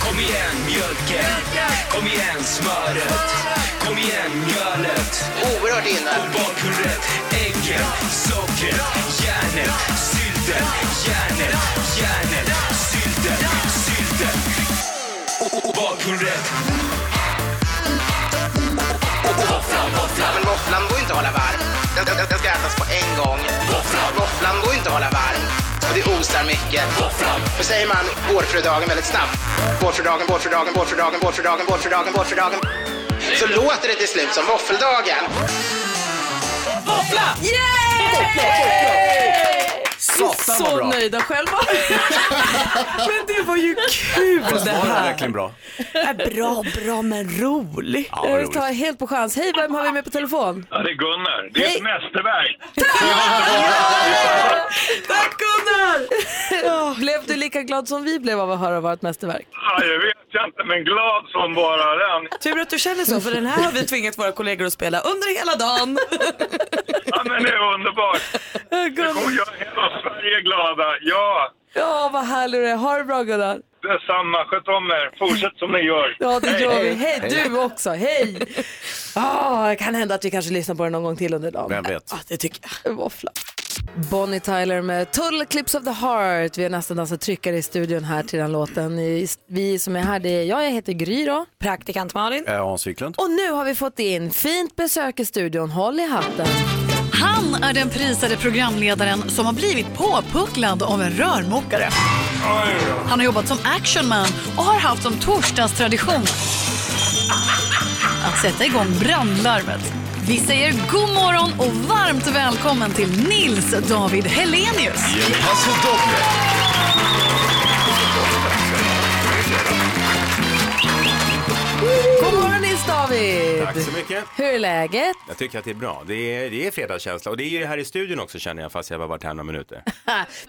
[SPEAKER 5] Kom igen mjölken, kom igen smöret, kom igen mjölet. Oerhört inne. Och bakpulvret, äggen, sockret, järnet, sylten, järnet, järnet, sylten, sylten. Och- Och bakpulvret. Våfflan, våfflan. Men våfflan går inte att hålla varm. Den, den, den ska ätas på en gång. Våfflan. Våfflan går inte att hålla varm. Och det osar mycket. Våfflan. Då säger man vårfrudagen väldigt snabbt. Vårfrudagen, vårfrudagen, vårfrudagen, vårfrudagen, vårfrudagen, vårfrudagen. Så låter det till slut som våffeldagen. Våffla!
[SPEAKER 3] Satan vad
[SPEAKER 10] Så
[SPEAKER 3] bra. (laughs)
[SPEAKER 10] nöjda själva.
[SPEAKER 1] (laughs)
[SPEAKER 10] Men det var ju kul
[SPEAKER 3] Fast
[SPEAKER 10] det
[SPEAKER 3] var det
[SPEAKER 10] här.
[SPEAKER 3] verkligen bra?
[SPEAKER 1] Äh,
[SPEAKER 10] Bra, bra men rolig.
[SPEAKER 3] Ja, vad
[SPEAKER 1] Jag
[SPEAKER 3] roligt.
[SPEAKER 1] tar helt på chans. Hej, vem har vi med på telefon?
[SPEAKER 9] Ja, det är Gunnar. Det är ett
[SPEAKER 1] (laughs)
[SPEAKER 9] mästerverk.
[SPEAKER 1] Tack (laughs) Gunnar! blev du lika glad som vi blev av att höra vårt mästerverk?
[SPEAKER 9] Ja, jag vet jag inte, men glad som bara den.
[SPEAKER 10] Tur att du känner så, för den här har vi tvingat våra kollegor att spela under hela dagen.
[SPEAKER 9] Ja, men det är underbart. Det kommer göra hela Sverige glada. Ja,
[SPEAKER 1] Ja, vad härlig du är. Ha det bra Gunnar.
[SPEAKER 9] detsamma. Sköt om er. Fortsätt som ni gör.
[SPEAKER 1] Ja, det
[SPEAKER 9] Hej.
[SPEAKER 1] gör vi. Hej, du också. Hej! Ah, det kan hända att vi kanske lyssnar på det någon gång till under dagen.
[SPEAKER 3] Vem vet?
[SPEAKER 1] det tycker jag. Våffla. Bonnie Tyler med Tull Clips of the Heart. Vi har nästan alltså tryckare i studion här till den låten. Vi som är här, det är jag, jag heter Gry då.
[SPEAKER 6] Praktikant Malin.
[SPEAKER 3] Eh, Hans Wiklund.
[SPEAKER 1] Och nu har vi fått in fint besök i studion. Håll i hatten.
[SPEAKER 11] Han är den prisade programledaren som har blivit påpucklad av en rörmokare. Han har jobbat som actionman och har haft som torsdagstradition att sätta igång brandlarmet. Vi säger god morgon och varmt välkommen till Nils David Helenius.
[SPEAKER 1] God morgon Nils David!
[SPEAKER 12] Tack så mycket.
[SPEAKER 1] Hur är läget? (laughs)
[SPEAKER 12] Jag tycker att det är bra. Det är, det är fredagskänsla och det är ju här i studion också känner jag fast jag bara varit här några minuter.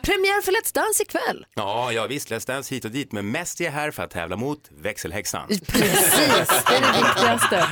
[SPEAKER 13] Premiär för Let's Dance ikväll.
[SPEAKER 12] (laughs) Ja, ja visst, Let's Dance hit och dit, men mest är jag här för att tävla mot växelhäxan.
[SPEAKER 1] Precis, det är det viktigaste.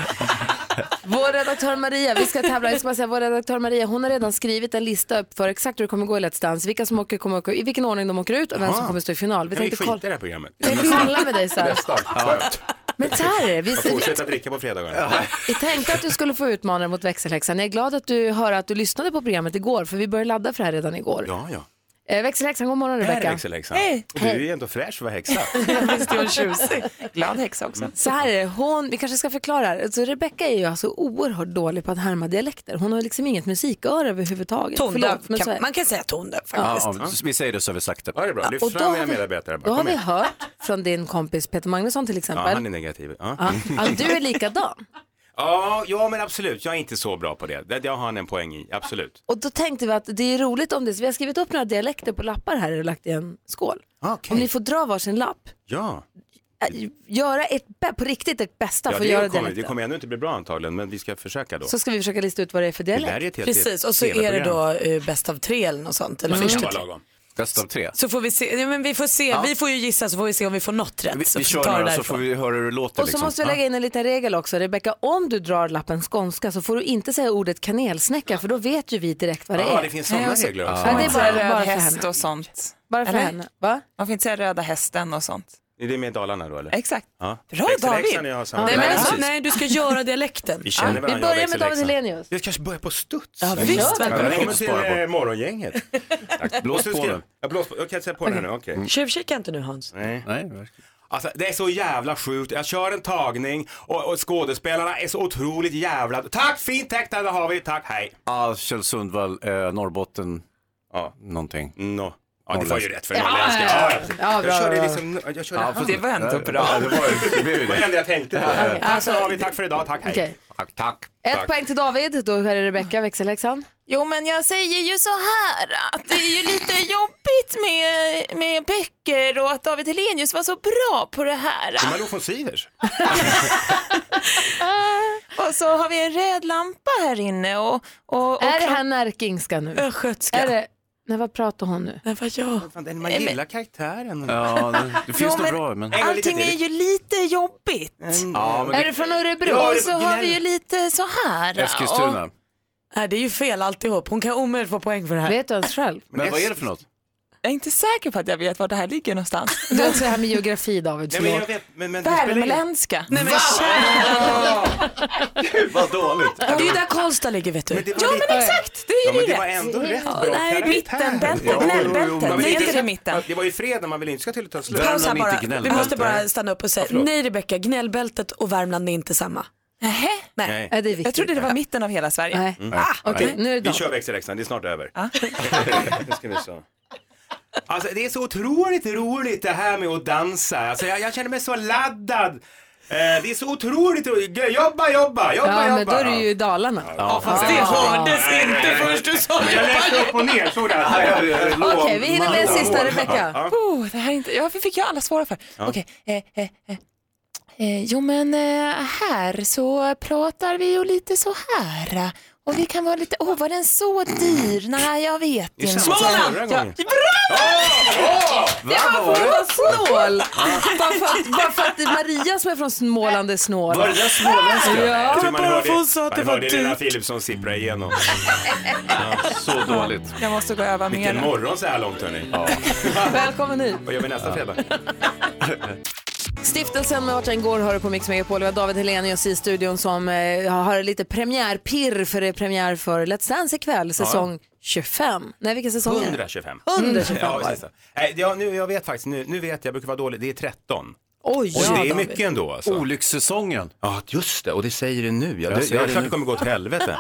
[SPEAKER 1] Vår redaktör Maria, vi ska tävla. Jag ska bara säga, vår redaktör Maria, hon har redan skrivit en lista upp för exakt hur det kommer gå i Let's Dance, vilka som åker, kommer åka, i vilken ordning de åker ut och vem som
[SPEAKER 12] Jaha.
[SPEAKER 1] kommer stå i final. Vi
[SPEAKER 12] Kan vi
[SPEAKER 1] tänkte
[SPEAKER 12] skita i
[SPEAKER 1] kolla.
[SPEAKER 12] det här programmet?
[SPEAKER 1] Jag kollar med dig så här.
[SPEAKER 12] Nästan. Skönt.
[SPEAKER 1] Men så här är det, vi
[SPEAKER 12] Jag fortsätter att dricka på fredagar.
[SPEAKER 1] Vi tänkte att du skulle få utmana dig mot växelhäxan. Jag är glad att du hör att du lyssnade på programmet igår, för vi började ladda för det här redan igår.
[SPEAKER 12] Ja, ja.
[SPEAKER 1] Eh, växelhäxan, god morgon
[SPEAKER 12] Där är
[SPEAKER 1] Rebecka.
[SPEAKER 12] växelhäxan. Hej. Och du är ju ändå fräsch för att vara häxa.
[SPEAKER 1] (laughs)
[SPEAKER 12] Mm.
[SPEAKER 1] Visst är hon tjusig.
[SPEAKER 4] Glad häxa också.
[SPEAKER 1] Så här är det, hon, vi kanske ska förklara. här. Alltså, Rebecca är ju alltså oerhört dålig på att härma dialekter. Hon har liksom inget musiköra överhuvudtaget.
[SPEAKER 6] Tondöv,
[SPEAKER 1] men så är
[SPEAKER 6] kan,
[SPEAKER 1] det.
[SPEAKER 6] man kan säga tondöv faktiskt.
[SPEAKER 3] Ja, ja, vi säger det så har vi sagt det.
[SPEAKER 12] Ja, det är bra. Lyft
[SPEAKER 1] Och då
[SPEAKER 12] fram
[SPEAKER 1] har
[SPEAKER 12] era
[SPEAKER 1] vi-
[SPEAKER 12] medarbetare bara.
[SPEAKER 1] Då har
[SPEAKER 12] Kom
[SPEAKER 1] vi
[SPEAKER 12] igen.
[SPEAKER 1] hört från din kompis Peter Magnusson till
[SPEAKER 12] Ja,
[SPEAKER 1] exempel.
[SPEAKER 12] han är negativ. Ja.
[SPEAKER 1] Ja, att du är likadan.
[SPEAKER 12] Ja, ja, men absolut. Jag är inte så bra på det. Det jag har han en poäng i, absolut.
[SPEAKER 1] Och då tänkte vi att det är roligt om det, så vi har skrivit upp några dialekter på lappar här och lagt i en skål.
[SPEAKER 12] Ah,
[SPEAKER 1] Om ni får dra varsin lapp,
[SPEAKER 12] Ja.
[SPEAKER 1] äh, göra ert, bä- på riktigt ert bästa
[SPEAKER 12] ja
[SPEAKER 1] för att göra
[SPEAKER 12] det, kommer, det
[SPEAKER 1] dialekten.
[SPEAKER 12] kommer ändå inte bli bra antagligen, men vi ska försöka då.
[SPEAKER 1] Så ska vi försöka lista ut vad det är för
[SPEAKER 12] där är
[SPEAKER 1] dialekt.
[SPEAKER 12] ett helt-
[SPEAKER 6] Precis, och så är det då eh, bäst av tre eller något sånt. Eller
[SPEAKER 12] Mm.
[SPEAKER 6] första
[SPEAKER 12] Det kan
[SPEAKER 6] tre.
[SPEAKER 12] vara lagom. Bäst av tre.
[SPEAKER 6] Så får vi se, ja, men vi får se,
[SPEAKER 12] Ja.
[SPEAKER 6] vi får ju gissa så får vi se om vi får något rätt.
[SPEAKER 12] Vi,
[SPEAKER 6] så
[SPEAKER 12] vi
[SPEAKER 6] får
[SPEAKER 12] kör
[SPEAKER 6] ta det
[SPEAKER 12] några så
[SPEAKER 6] därifrån.
[SPEAKER 12] får vi höra hur det låter.
[SPEAKER 1] Och så
[SPEAKER 12] liksom.
[SPEAKER 1] måste vi lägga in en liten regel också. Rebecka, om du drar lappen skånska så får du inte säga ordet kanelsnäcka för då vet ju vi direkt vad det
[SPEAKER 12] Ja,
[SPEAKER 1] är.
[SPEAKER 12] det finns sådana
[SPEAKER 1] Nej, och så-
[SPEAKER 12] regler också.
[SPEAKER 1] Ja, det är bara,
[SPEAKER 4] Röd
[SPEAKER 1] bara för
[SPEAKER 4] häst
[SPEAKER 1] henne.
[SPEAKER 4] och sånt.
[SPEAKER 1] Bara för
[SPEAKER 4] Eller?
[SPEAKER 1] henne. Va?
[SPEAKER 4] Man får inte säga röda hästen och sånt.
[SPEAKER 12] Är det med Dalarna då eller?
[SPEAKER 4] Exakt.
[SPEAKER 12] Ja.
[SPEAKER 4] Bra,
[SPEAKER 12] Växelhäxan
[SPEAKER 4] David.
[SPEAKER 12] och jag har samma-
[SPEAKER 4] Ja, men
[SPEAKER 12] Ja,
[SPEAKER 4] alltså,
[SPEAKER 12] precis.
[SPEAKER 6] Nej, du ska göra dialekten.
[SPEAKER 12] Vi känner
[SPEAKER 6] Ja.
[SPEAKER 12] varandra, jag och växelhäxan.
[SPEAKER 1] Vi
[SPEAKER 12] kanske börjar på studs.
[SPEAKER 6] Ja, visst.
[SPEAKER 12] Välkommen
[SPEAKER 6] Välkommen.
[SPEAKER 12] till eh, morgongänget. Tack.
[SPEAKER 6] Blås
[SPEAKER 12] Nu
[SPEAKER 6] på
[SPEAKER 12] ska jag-
[SPEAKER 6] nu.
[SPEAKER 12] Jag, blås på, jag kan sätta på den här nu, okej.
[SPEAKER 6] Tjuvkika inte nu Hans.
[SPEAKER 12] Nej. Alltså, det är så jävla sjukt. Jag kör en tagning och, och skådespelarna är så otroligt jävla... Tack, fint tack, där har vi, tack, hej.
[SPEAKER 3] Ja, Kjell Sundvall, eh, Norrbotten,
[SPEAKER 12] ja.
[SPEAKER 3] någonting.
[SPEAKER 12] No. Ja, det var ju rätt för
[SPEAKER 3] Ja,
[SPEAKER 12] norrländska.
[SPEAKER 3] ja, ja. Ja, bra,
[SPEAKER 12] jag körde
[SPEAKER 3] bra, bra.
[SPEAKER 12] liksom... Jag körde
[SPEAKER 3] Ja,
[SPEAKER 12] hand.
[SPEAKER 3] det var ändå bra.
[SPEAKER 12] Ja, det var ju- det blev ju det. Det var det enda jag tänkte på.
[SPEAKER 3] Ja, ja.
[SPEAKER 12] Tack så har vi, tack för idag, tack, hej.
[SPEAKER 1] Okej.
[SPEAKER 12] Tack, tack.
[SPEAKER 1] Ett
[SPEAKER 12] tack.
[SPEAKER 1] poäng till David, då är det Rebecka, växelhäxan.
[SPEAKER 4] Jo, men jag säger ju så här att det är ju lite jobbigt med, med böcker och att David Helenius var så bra på det här.
[SPEAKER 12] Det är Malou von Sivers.
[SPEAKER 4] Och så har vi en röd lampa här inne och... och, och
[SPEAKER 1] Är det här närkingska nu?
[SPEAKER 6] Östgötska.
[SPEAKER 1] Är det... Nej, vad pratar hon nu?
[SPEAKER 6] Nej, vad jag?
[SPEAKER 12] Man
[SPEAKER 4] Nej, men-
[SPEAKER 12] gillar karaktären.
[SPEAKER 3] Ja, det- det finns
[SPEAKER 4] Jo,
[SPEAKER 3] nog bra, men- En gång lite
[SPEAKER 4] Allting är
[SPEAKER 3] till.
[SPEAKER 4] ju lite jobbigt.
[SPEAKER 3] Ja, men
[SPEAKER 4] är
[SPEAKER 3] det-
[SPEAKER 4] det från Örebro?
[SPEAKER 6] Ja,
[SPEAKER 4] Och
[SPEAKER 6] det-
[SPEAKER 4] så har vi ju
[SPEAKER 6] gnäll.
[SPEAKER 4] lite så här. Och,
[SPEAKER 3] Eskilstuna.
[SPEAKER 6] Nej, det är ju fel alltihop. Hon kan omöjligt få poäng för det här.
[SPEAKER 1] Vet du ens själv?
[SPEAKER 3] Men vad är det för något?
[SPEAKER 4] jag är inte säker på att jag vet var det här ligger någonstans.
[SPEAKER 1] (laughs) Du har det här med geografi David,
[SPEAKER 12] Nej, men jag
[SPEAKER 1] förlåt.
[SPEAKER 12] vet, men, men det (laughs) spelar ingen-
[SPEAKER 4] Värmländska.
[SPEAKER 6] Nej, men
[SPEAKER 12] Gud, vad dåligt.
[SPEAKER 6] Det är ju där Karlstad ligger vet du.
[SPEAKER 12] Men det var
[SPEAKER 6] ja
[SPEAKER 12] lite-
[SPEAKER 6] men exakt,
[SPEAKER 4] det är ju
[SPEAKER 12] Ja, men det
[SPEAKER 6] rätt.
[SPEAKER 12] var ändå rätt
[SPEAKER 6] Ja,
[SPEAKER 12] bra
[SPEAKER 6] Nej,
[SPEAKER 12] karaktär. Jo,
[SPEAKER 6] mittenbältet,
[SPEAKER 12] jo, jo,
[SPEAKER 6] näbbältet.
[SPEAKER 12] men
[SPEAKER 6] Nej,
[SPEAKER 12] det-
[SPEAKER 6] det är mitten.
[SPEAKER 12] Det var ju fredag, man ville inte ska till att ta slut.
[SPEAKER 6] Paus här bara. Vi måste bara stanna upp och säga,
[SPEAKER 12] Ja, förlåt.
[SPEAKER 6] nej Rebecka, gnällbältet och Värmland är inte samma.
[SPEAKER 4] Nähä?
[SPEAKER 6] Nej.
[SPEAKER 1] det är viktigt.
[SPEAKER 4] Jag trodde det var mitten av hela Sverige.
[SPEAKER 1] Nej.
[SPEAKER 12] Mm.
[SPEAKER 4] Ah,
[SPEAKER 12] Nej. Vi kör växelhäxan, det är snart över.
[SPEAKER 1] Ah.
[SPEAKER 12] (laughs) Nu ska vi se. Alltså det är så otroligt roligt det här med att dansa. Alltså, jag, jag känner mig så laddad. Eh, det är så otroligt roligt. Gö- Jobba, jobba, jobba,
[SPEAKER 1] ja,
[SPEAKER 12] jobba.
[SPEAKER 1] men då är du ju i Dalarna.
[SPEAKER 12] Ja, fast det hördes inte först du sa det. Jag läste upp och ner, såg det?
[SPEAKER 1] Okej, vi hinner med en sista Rebecka.
[SPEAKER 12] Ja.
[SPEAKER 4] Oh, det här är inte... Ja, varför fick jag alla svåra för?
[SPEAKER 12] Ja.
[SPEAKER 4] Okej. Eh, eh, eh. Eh, jo, men eh, här så pratar vi ju lite så här. Och vi kan vara lite... Åh, oh, var den så dyr? Nej, jag vet
[SPEAKER 12] Det är
[SPEAKER 4] inte.
[SPEAKER 12] samma som förra gången.
[SPEAKER 1] Ja, men
[SPEAKER 12] Vad
[SPEAKER 1] hon
[SPEAKER 12] var
[SPEAKER 1] var
[SPEAKER 12] det?
[SPEAKER 1] snål! bara, för att, bara för att det är Maria som är från Småland är snål.
[SPEAKER 12] Var det där småländska?
[SPEAKER 1] Ja.
[SPEAKER 12] Jag tror man hörde,
[SPEAKER 1] hon sa att det
[SPEAKER 12] man
[SPEAKER 1] var
[SPEAKER 12] hörde Lena
[SPEAKER 1] dyrt.
[SPEAKER 12] Philipsson sippra igenom. Ja, så dåligt.
[SPEAKER 4] Jag måste gå och öva mer.
[SPEAKER 12] Vilken morgon så här långt hörni. Ja.
[SPEAKER 1] Välkommen hit.
[SPEAKER 12] (laughs) Vad gör vi nästa (laughs) fredag?
[SPEAKER 1] Stiftelsen med Artan går hör du på Mix Megapol. Vi har David Helenius i studion som eh, har lite premiärpirr för det är premiär för Let's Dance ikväll, säsong 25. Nej, vilken säsong är det?
[SPEAKER 12] 125.
[SPEAKER 1] 125
[SPEAKER 12] Ja,
[SPEAKER 1] var det.
[SPEAKER 12] precis. Nej, ja, nu, jag vet faktiskt, nu, nu vet jag, jag brukar vara dålig, det är 13.
[SPEAKER 1] Oj,
[SPEAKER 12] Och
[SPEAKER 1] ja,
[SPEAKER 12] det är
[SPEAKER 1] David.
[SPEAKER 12] mycket ändå alltså.
[SPEAKER 3] Olyckssäsongen.
[SPEAKER 12] Ja, just det. Och det säger du nu.
[SPEAKER 3] Jag
[SPEAKER 12] Jag, jag,
[SPEAKER 3] säger
[SPEAKER 12] jag,
[SPEAKER 3] det
[SPEAKER 12] klart
[SPEAKER 3] nu.
[SPEAKER 12] det kommer gå åt (laughs) helvete.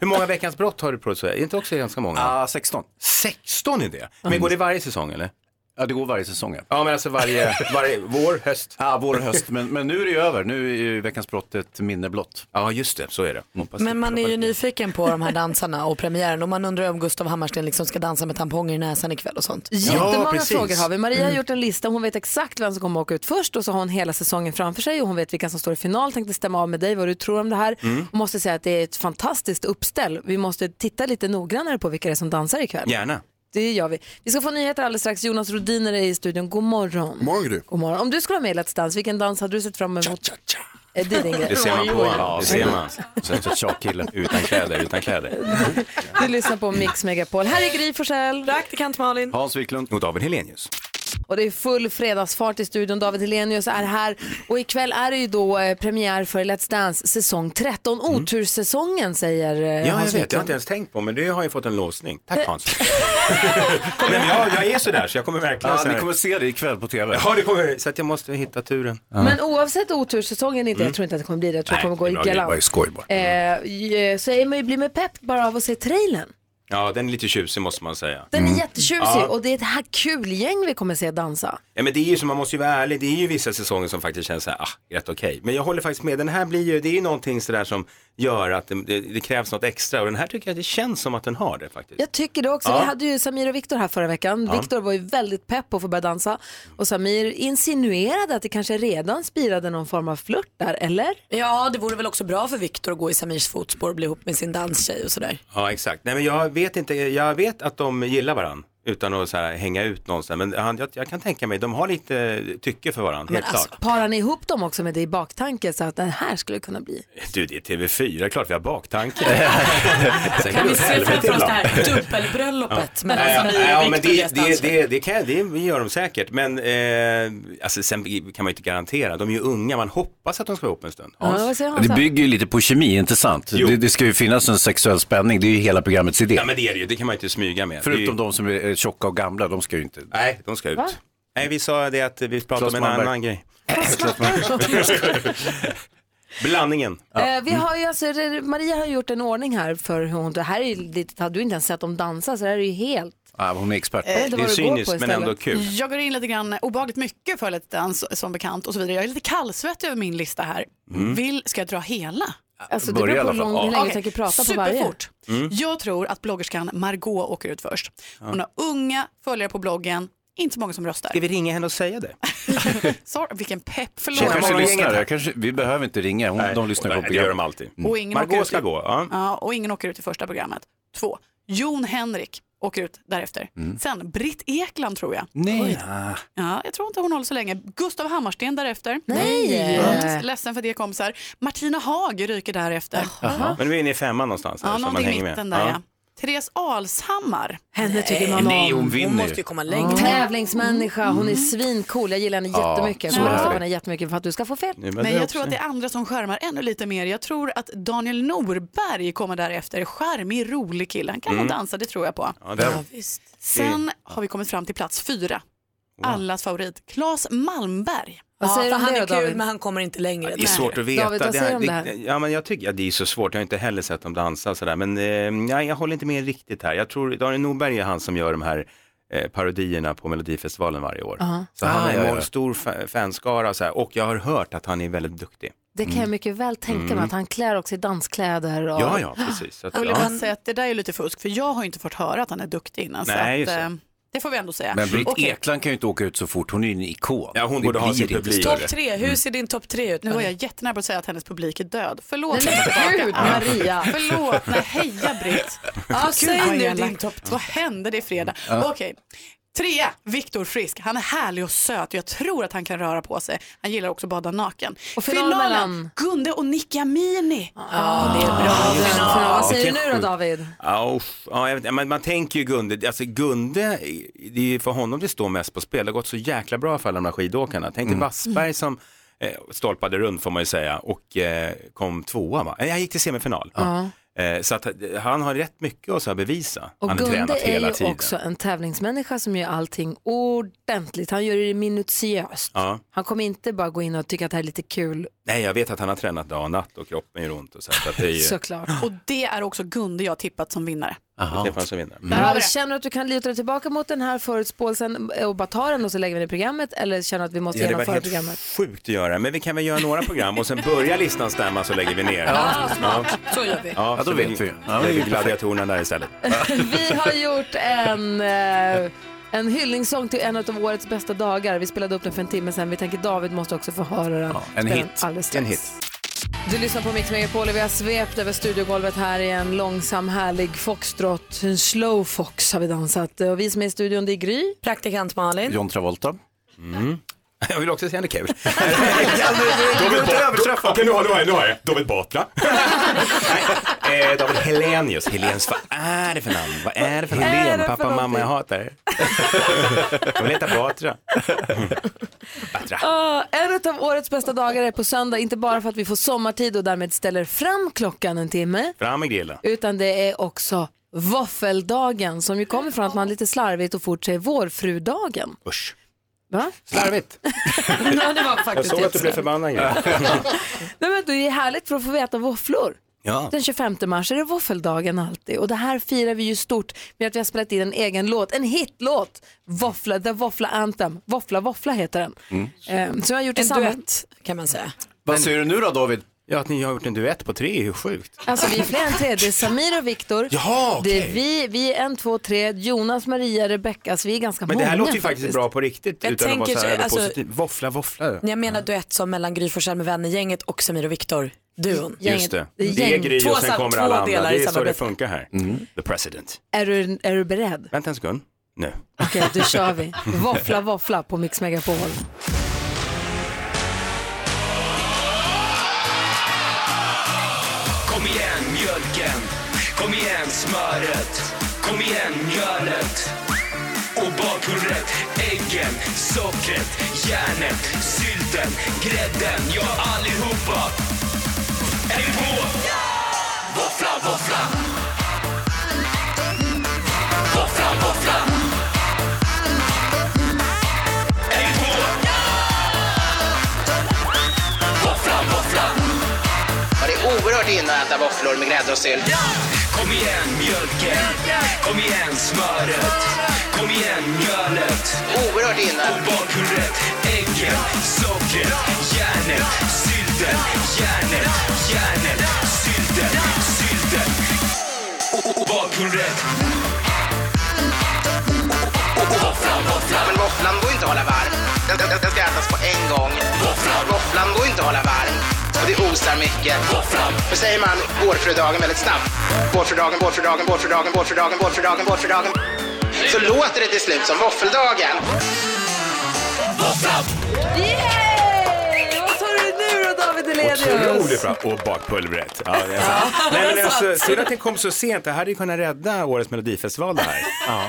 [SPEAKER 12] Hur många Veckans brott har du producerat? Är det inte också ganska många?
[SPEAKER 3] Ja, 16.
[SPEAKER 12] 16 är det. Men går det varje säsong eller?
[SPEAKER 3] Ja, det går varje säsong.
[SPEAKER 12] Ja, men alltså varje, varje vår, höst.
[SPEAKER 3] Ja, vår, höst. Men, men nu är det ju över. Nu är ju Veckans brott ett minne blott. Mm.
[SPEAKER 12] Ja, just det. Så är det. Hoppas
[SPEAKER 6] Men man är ju nyfiken på
[SPEAKER 12] (laughs)
[SPEAKER 6] de här dansarna och premiären och man undrar om Gustav Hammarsten liksom ska dansa med tamponger i näsan ikväll och sånt. Mm.
[SPEAKER 1] Jättemånga frågor har vi. Maria har gjort en lista. Hon vet exakt vem som kommer åka ut först och så har hon hela säsongen framför sig och hon vet vilka som står i final. Tänkte stämma av med dig vad du tror om det här.
[SPEAKER 12] Mm.
[SPEAKER 1] Och måste säga att det är ett fantastiskt uppställ. Vi måste titta lite noggrannare på vilka det är som dansar ikväll.
[SPEAKER 12] Gärna.
[SPEAKER 1] Det gör vi. Vi ska få nyheter alldeles strax. Jonas Rhodiner är i studion. God morgon.
[SPEAKER 7] Morgon,
[SPEAKER 1] God morgon. Om du skulle vara med i Let's Dance, vilken dans hade du sett fram emot? Eh,
[SPEAKER 7] Cha-cha-cha.
[SPEAKER 1] Det är din grej.
[SPEAKER 12] Det ser man på
[SPEAKER 1] Oj, oj, oj.
[SPEAKER 12] honom. Det ser man. Sen så tjock kille utan kläder, utan kläder.
[SPEAKER 1] Du lyssnar på Mix Megapol. Här är Gry Forssell. Praktikant Malin.
[SPEAKER 12] Hans Wiklund. Och David Helenius.
[SPEAKER 1] Och det är full fredagsfart i studion. David Helenius är här. Och ikväll är det ju då eh, premiär för Let's Dance säsong 13. Otursäsongen säger eh,
[SPEAKER 12] Mm. Ja, jag
[SPEAKER 1] Hans Eh.
[SPEAKER 12] vet. Jag har inte ens tänkt på, men det har ju fått en låsning. Tack Hans. (laughs) men jag, jag är sådär, så jag kommer verkligen...
[SPEAKER 3] Ja,
[SPEAKER 12] så här-
[SPEAKER 3] ni kommer se det ikväll på tv.
[SPEAKER 12] Ja, det kommer Så att jag måste hitta turen.
[SPEAKER 1] Men oavsett otursäsongen, inte,
[SPEAKER 12] Mm.
[SPEAKER 1] jag tror inte att det kommer bli det, jag tror
[SPEAKER 12] Nej,
[SPEAKER 1] det kommer gå
[SPEAKER 12] det
[SPEAKER 1] i
[SPEAKER 12] var- det var ju
[SPEAKER 1] galant.
[SPEAKER 12] skoj bara.
[SPEAKER 1] Eh, ju- så är man ju blir med pepp bara av att se trailern.
[SPEAKER 12] Ja, den är lite tjusig måste man säga. Mm.
[SPEAKER 1] Den är jättetjusig
[SPEAKER 12] Ja.
[SPEAKER 1] och det är ett här kul gäng vi kommer se dansa.
[SPEAKER 12] Ja, men det är ju som man måste ju vara ärlig, det är ju vissa säsonger som faktiskt känns så här, ah, rätt okej. Men jag håller faktiskt med, den här blir ju, det är ju någonting sådär som gör att det, det, det krävs något extra och den här tycker jag det känns som att den har det faktiskt.
[SPEAKER 1] Jag tycker det också.
[SPEAKER 12] Ja.
[SPEAKER 1] Vi hade ju Samir och Viktor här förra veckan.
[SPEAKER 12] Ja.
[SPEAKER 1] Viktor var ju väldigt pepp på att få börja dansa och Samir insinuerade att det kanske redan spirade någon form av flört där, eller?
[SPEAKER 6] Ja, det vore väl också bra för Viktor att gå i Samirs fotspår och bli ihop med sin danstjej och sådär.
[SPEAKER 12] Ja, exakt. Nej, men jag vet inte, jag vet att de gillar varandra utan att så här, hänga ut någonstans. Men han, jag, jag kan tänka mig, de har lite tycke för varandra,
[SPEAKER 1] Men
[SPEAKER 12] helt
[SPEAKER 1] alltså,
[SPEAKER 12] klart.
[SPEAKER 1] parar ni ihop dem också med det i baktanke så att det här skulle kunna bli?
[SPEAKER 12] Du, det är TV4, det är klart vi har baktanke.
[SPEAKER 6] (laughs)
[SPEAKER 12] Sen
[SPEAKER 6] Kan
[SPEAKER 12] går det
[SPEAKER 6] vi
[SPEAKER 12] åt
[SPEAKER 6] se
[SPEAKER 12] helvete
[SPEAKER 6] framför oss det
[SPEAKER 12] ibland.
[SPEAKER 6] här dubbelbröllopet mellan
[SPEAKER 12] Ja,
[SPEAKER 6] Samir och
[SPEAKER 12] ja, men
[SPEAKER 6] Viktor i
[SPEAKER 12] det,
[SPEAKER 6] Let's
[SPEAKER 12] det,
[SPEAKER 6] Dance?
[SPEAKER 12] det, det, kan, det gör de säkert, men eh, alltså, sen kan man ju inte garantera. De är ju unga, man hoppas att de ska vara ihop en stund.
[SPEAKER 1] Ja, vad säger
[SPEAKER 3] Ja, det
[SPEAKER 1] Hansa?
[SPEAKER 3] bygger ju lite på kemi, inte sant? Det, det ska ju finnas en sexuell spänning, det är ju hela programmets idé.
[SPEAKER 12] Ja, men det är det ju, det kan man ju inte smyga med. det är ju,
[SPEAKER 3] Förutom de som är eh, tjocka och gamla, de ska ju inte...
[SPEAKER 12] Nej, de ska ut.
[SPEAKER 3] Va?
[SPEAKER 12] Nej, vi sa det att vi pratade
[SPEAKER 3] Claes
[SPEAKER 12] om en
[SPEAKER 3] Malmberg.
[SPEAKER 12] annan grej. Blandningen.
[SPEAKER 1] Eh,
[SPEAKER 3] Mm.
[SPEAKER 1] vi har ju alltså, Maria har gjort en ordning här för hur hon, det här är ju lite, hade du inte ens sett dem dansa så det här är ju helt
[SPEAKER 3] Ja, hon är expert.
[SPEAKER 1] Jag vet inte vad du går på istället.
[SPEAKER 11] Jag går in lite grann obehagligt mycket för Let's Dance som bekant och så vidare. Jag är lite kallsvettig över min lista här.
[SPEAKER 3] Mm.
[SPEAKER 11] Vill, ska jag dra hela?
[SPEAKER 1] Alltså, det Börja beror på i alla hur fall. lång- hur länge vi tänker prata på varje.
[SPEAKER 11] Superfort.
[SPEAKER 3] Mm.
[SPEAKER 11] Jag tror att bloggerskan Margot åker ut först. Hon har unga följare på bloggen, inte så många som röstar. Ska
[SPEAKER 12] vi ringa henne och säga det?
[SPEAKER 11] (laughs) Sorry, vilken pepp, förlåt.
[SPEAKER 3] Hon kanske lyssnar, jag kanske, vi behöver inte ringa, hon,
[SPEAKER 12] Nej,
[SPEAKER 3] de lyssnar
[SPEAKER 12] nej,
[SPEAKER 3] på
[SPEAKER 12] det
[SPEAKER 3] programmet.
[SPEAKER 12] gör de alltid.
[SPEAKER 11] Mm. Och ingen åker ut
[SPEAKER 12] Mm. ska
[SPEAKER 11] i-
[SPEAKER 12] gå. Ja.
[SPEAKER 11] Ja, och ingen åker ut i första programmet. Två, Jon Henrik åker ut därefter.
[SPEAKER 12] Mm.
[SPEAKER 11] Sen Britt Ekland tror jag.
[SPEAKER 3] Nej.
[SPEAKER 11] Ja, jag tror inte hon håller så länge. Gustav Hammarsten därefter.
[SPEAKER 1] Nej.
[SPEAKER 11] Mm. Ledsen för det kompisar. Martina Haag ryker därefter.
[SPEAKER 12] Jaha. Men nu är ni i femman någonstans. här,
[SPEAKER 11] Ja,
[SPEAKER 12] så man
[SPEAKER 11] någonting i
[SPEAKER 12] hänger med. Eh,
[SPEAKER 11] mitten där ja. Therese Alshammar.
[SPEAKER 1] Henne tycker man
[SPEAKER 12] Nej,
[SPEAKER 1] om.
[SPEAKER 12] hon vinner. Hon måste ju
[SPEAKER 6] komma
[SPEAKER 1] Tävlingsmänniska, hon är svincool. Jag gillar henne
[SPEAKER 3] Ja,
[SPEAKER 1] jättemycket. Jag
[SPEAKER 3] så
[SPEAKER 1] kommer
[SPEAKER 3] är
[SPEAKER 1] rösta på
[SPEAKER 3] det.
[SPEAKER 1] henne jättemycket för att du ska få fel.
[SPEAKER 3] Nej, men
[SPEAKER 11] Men
[SPEAKER 3] det
[SPEAKER 11] jag
[SPEAKER 3] också.
[SPEAKER 11] tror att det är andra som skärmar ännu lite mer. Jag tror att Daniel Norberg kommer därefter. Charmig, rolig kille. Han kan nog
[SPEAKER 12] Mm.
[SPEAKER 11] dansa, det tror jag på.
[SPEAKER 12] Ja, det- Ja,
[SPEAKER 11] Sen har vi kommit fram till plats fyra. Allas favorit, Claes Malmberg.
[SPEAKER 6] Vad säger
[SPEAKER 11] för
[SPEAKER 6] du om
[SPEAKER 11] han
[SPEAKER 6] det
[SPEAKER 11] är
[SPEAKER 6] då,
[SPEAKER 11] kul,
[SPEAKER 6] David?
[SPEAKER 11] men
[SPEAKER 6] han kommer inte längre.
[SPEAKER 12] Det är svårt att veta.
[SPEAKER 11] David, vad
[SPEAKER 12] det,
[SPEAKER 11] säger du om det
[SPEAKER 12] det,
[SPEAKER 11] här?
[SPEAKER 12] ja, men jag tycker, ja, det är så svårt, jag har inte heller sett dem dansa och sådär. Men eh, nej, jag håller inte med riktigt här. Jag tror Daniel Norberg är han som gör de här eh, parodierna på Melodifestivalen varje år.
[SPEAKER 1] Aha.
[SPEAKER 12] Så han har
[SPEAKER 3] Ah, ja,
[SPEAKER 12] en
[SPEAKER 3] ja.
[SPEAKER 12] stor fa- fanskara och, så här, och jag har hört att han är väldigt duktig.
[SPEAKER 1] Det kan jag mycket väl tänka mig
[SPEAKER 12] Mm.
[SPEAKER 1] att han klär också i danskläder. Och...
[SPEAKER 12] Ja, ja, precis. Så att,
[SPEAKER 11] Jag vill
[SPEAKER 12] ja.
[SPEAKER 11] bara säga att det där är lite fusk, för jag har inte fått höra att han är duktig innan.
[SPEAKER 3] Nej,
[SPEAKER 11] så
[SPEAKER 3] just
[SPEAKER 11] att,
[SPEAKER 3] det.
[SPEAKER 11] eh, det får vi ändå säga.
[SPEAKER 3] Men Britt
[SPEAKER 11] Okej.
[SPEAKER 3] Ekland kan ju inte åka ut så fort, hon är ju en ikon. Ja,
[SPEAKER 12] hon borde ha sin publik.
[SPEAKER 11] Topp tre,
[SPEAKER 12] Mm.
[SPEAKER 11] hur ser din topp tre ut? Nu var jag jättenära på att säga att hennes publik är död. Förlåt.
[SPEAKER 1] Nej, men gud, Maria.
[SPEAKER 11] Förlåt, nej heja Britt.
[SPEAKER 1] Ja,
[SPEAKER 11] Gud,
[SPEAKER 1] säg
[SPEAKER 11] vad
[SPEAKER 1] nu
[SPEAKER 11] elakt.
[SPEAKER 1] din topp
[SPEAKER 11] Vad hände det är fredag?
[SPEAKER 1] Ja.
[SPEAKER 11] Okej. Trea, Viktor Frisk. Han är härlig och söt och jag tror att han kan röra på sig. Han gillar också att bada naken.
[SPEAKER 1] Och final mellan?
[SPEAKER 11] Gunde och Nicky Amini.
[SPEAKER 1] det är bra.
[SPEAKER 12] Ja, just det.
[SPEAKER 1] Final. Vad säger
[SPEAKER 12] Ja,
[SPEAKER 1] du nu då David?
[SPEAKER 12] Ja, usch. ja, jag vet, inte. men man tänker ju Gunde, alltså Gunde, det är ju för honom det står mest på spel. Det har gått så jäkla bra för alla de här skidåkarna. Tänk dig
[SPEAKER 1] Mm.
[SPEAKER 12] Wassberg som eh, stolpade runt får man ju säga och eh, kom tvåa va? Nej, han gick till semifinal.
[SPEAKER 1] Ja.
[SPEAKER 12] Eh, så att eh, han har rätt mycket att så här, bevisa.
[SPEAKER 1] Och
[SPEAKER 12] han har
[SPEAKER 1] Gunde
[SPEAKER 12] tränat hela
[SPEAKER 1] är ju
[SPEAKER 12] tiden.
[SPEAKER 1] också en tävlingsmänniska som gör allting ordentligt. Han gör det minutiöst.
[SPEAKER 12] Ja.
[SPEAKER 1] Han kommer inte bara gå in och tycka att det här är lite kul.
[SPEAKER 12] Nej, jag vet att han har tränat dag och natt och kroppen gör ont och så. här, så att det är ju...
[SPEAKER 1] Såklart.
[SPEAKER 11] Och det är också Gunde jag tippat som vinnare.
[SPEAKER 12] Då träffar man som vinner.
[SPEAKER 1] Ja, Känner du att du kan luta dig tillbaka mot den här förutspåelsen och bara ta den och så lägger vi den i programmet eller känner du att vi måste
[SPEAKER 12] Ja, det var
[SPEAKER 1] genomföra
[SPEAKER 12] helt
[SPEAKER 1] programmet?
[SPEAKER 12] sjukt att göra, men vi kan väl göra några program och sen börjar listan stämma så lägger vi ner.
[SPEAKER 1] Ja, så gör vi.
[SPEAKER 12] Ja,
[SPEAKER 3] Ja,
[SPEAKER 12] så
[SPEAKER 3] då vet vi. Ja, det är
[SPEAKER 12] lägger
[SPEAKER 3] ju
[SPEAKER 12] gladiatorerna där istället.
[SPEAKER 1] Vi har gjort en, eh, en hyllningssång till en av årets bästa dagar. Vi spelade upp den för en timme sedan. Vi tänker David måste också få höra den.
[SPEAKER 3] En
[SPEAKER 1] Spela den
[SPEAKER 3] hit.
[SPEAKER 1] alldeles strax.
[SPEAKER 3] En hit.
[SPEAKER 1] Du lyssnar på Mix Megapol och vi har svept över studiogolvet här i en långsam härlig foxtrot. En slow fox har vi dansat. Och vi som är i studion det är Gry.
[SPEAKER 6] Praktikant Malin.
[SPEAKER 3] John Travolta.
[SPEAKER 12] Mm. Jag vill också säga något (laughs) kul.
[SPEAKER 3] David
[SPEAKER 12] Okej, nu har jag, nu har jag. David (laughs) Batra. eh, David Helenius. Helenius, vad är det för namn? Vad är det för namn?
[SPEAKER 3] Vad är det
[SPEAKER 12] Helen,
[SPEAKER 3] för
[SPEAKER 12] pappa, mamma,
[SPEAKER 3] någonting?
[SPEAKER 12] jag hatar er. Jag vill heta Batra. Batra.
[SPEAKER 1] Ja, en av årets bästa dagar är på söndag, inte bara för att vi får sommartid och därmed ställer fram klockan en timme,
[SPEAKER 12] Fram med grillen.
[SPEAKER 1] utan det är också våffeldagen som ju kommer från att man lite slarvigt och fort säger vårfrudagen.
[SPEAKER 12] Usch.
[SPEAKER 1] Va?
[SPEAKER 12] Slarvigt.
[SPEAKER 1] ja, det var
[SPEAKER 12] Jag
[SPEAKER 1] faktiskt
[SPEAKER 12] såg att du blev
[SPEAKER 1] jätteslarvigt.
[SPEAKER 12] förbannad. Gry.
[SPEAKER 1] Nej, men det är ju härligt för att få veta våfflor.
[SPEAKER 12] Ja.
[SPEAKER 1] Den 25 mars är det våffeldagen alltid och det här firar vi ju stort med att vi har spelat in en egen låt, en hitlåt, Våffla, The Våffla Anthem, Våffla Våffla heter den.
[SPEAKER 12] Mm.
[SPEAKER 1] Eh, så jag har gjort
[SPEAKER 6] En
[SPEAKER 1] samma-
[SPEAKER 6] duett kan man säga.
[SPEAKER 12] Vad säger du nu då David? Ja, att ni har gjort en duett på tre, hur sjukt?
[SPEAKER 1] Alltså vi är fler än tre. Det är Samir och Viktor.
[SPEAKER 12] Jaha, okej.
[SPEAKER 1] Det är vi, vi är en, två, tre. Jonas, Maria, Rebecka. Så vi är ganska
[SPEAKER 12] Men
[SPEAKER 1] många
[SPEAKER 12] det här låter ju faktiskt bra på riktigt
[SPEAKER 6] Jag
[SPEAKER 12] utan att vara
[SPEAKER 6] tänker
[SPEAKER 12] så
[SPEAKER 6] så-
[SPEAKER 12] här
[SPEAKER 6] alltså-
[SPEAKER 12] positiv. Våffla, våffla.
[SPEAKER 6] Jag menar duett som mellan Gry Forssell med vänner-gänget och Samir och Viktor. Duon.
[SPEAKER 12] Just det. Det är Gry och sen kommer alla andra. Det är så det funkar här. The president.
[SPEAKER 1] Är du, är du beredd?
[SPEAKER 12] Vänta en sekund. Nu.
[SPEAKER 1] Okej, då kör vi. Våffla, våffla på Mix Megapol.
[SPEAKER 5] Kom igen mjölken, kom igen smöret, kom igen mjölet och bakpulvret, äggen, sockret, järnet, sylten, grädden, ja allihopa. Är vi på? Våffla, våffla. Våffla, våffla. Är vi på? Våffla, våffla. Ja, det är oerhört inne att äta våfflor med grädde och sylt. Kom igen mjölken, kom igen smöret, kom igen mjölet. Oerhört inne. Och bakpulvret, äggen, sockret, järnet, sylten, järnet, järnet, sylten, sylten. Och- Och bakpulvret. Våfflan, våfflan. Men våfflan går inte att hålla varm. Den, den, den ska ätas på en gång. Våfflan. Våfflan går inte att hålla varm. Och det osar mycket. Våfflan. Då säger man vårfrudagen väldigt snabbt. Vårfrudagen, vårfrudagen, vårfrudagen, vårfrudagen, vårfrudagen, vårfrudagen. Så låter det till slut som våffeldagen. Våfflan.
[SPEAKER 1] Yay! Vad tar du nu då David
[SPEAKER 12] Otroligt
[SPEAKER 1] Elenius?
[SPEAKER 12] bra. Och bakpulvret. Ja, det är sant. Nej, men alltså, synd att den kom så sent. Det hade ju kunnat rädda årets melodifestival det här.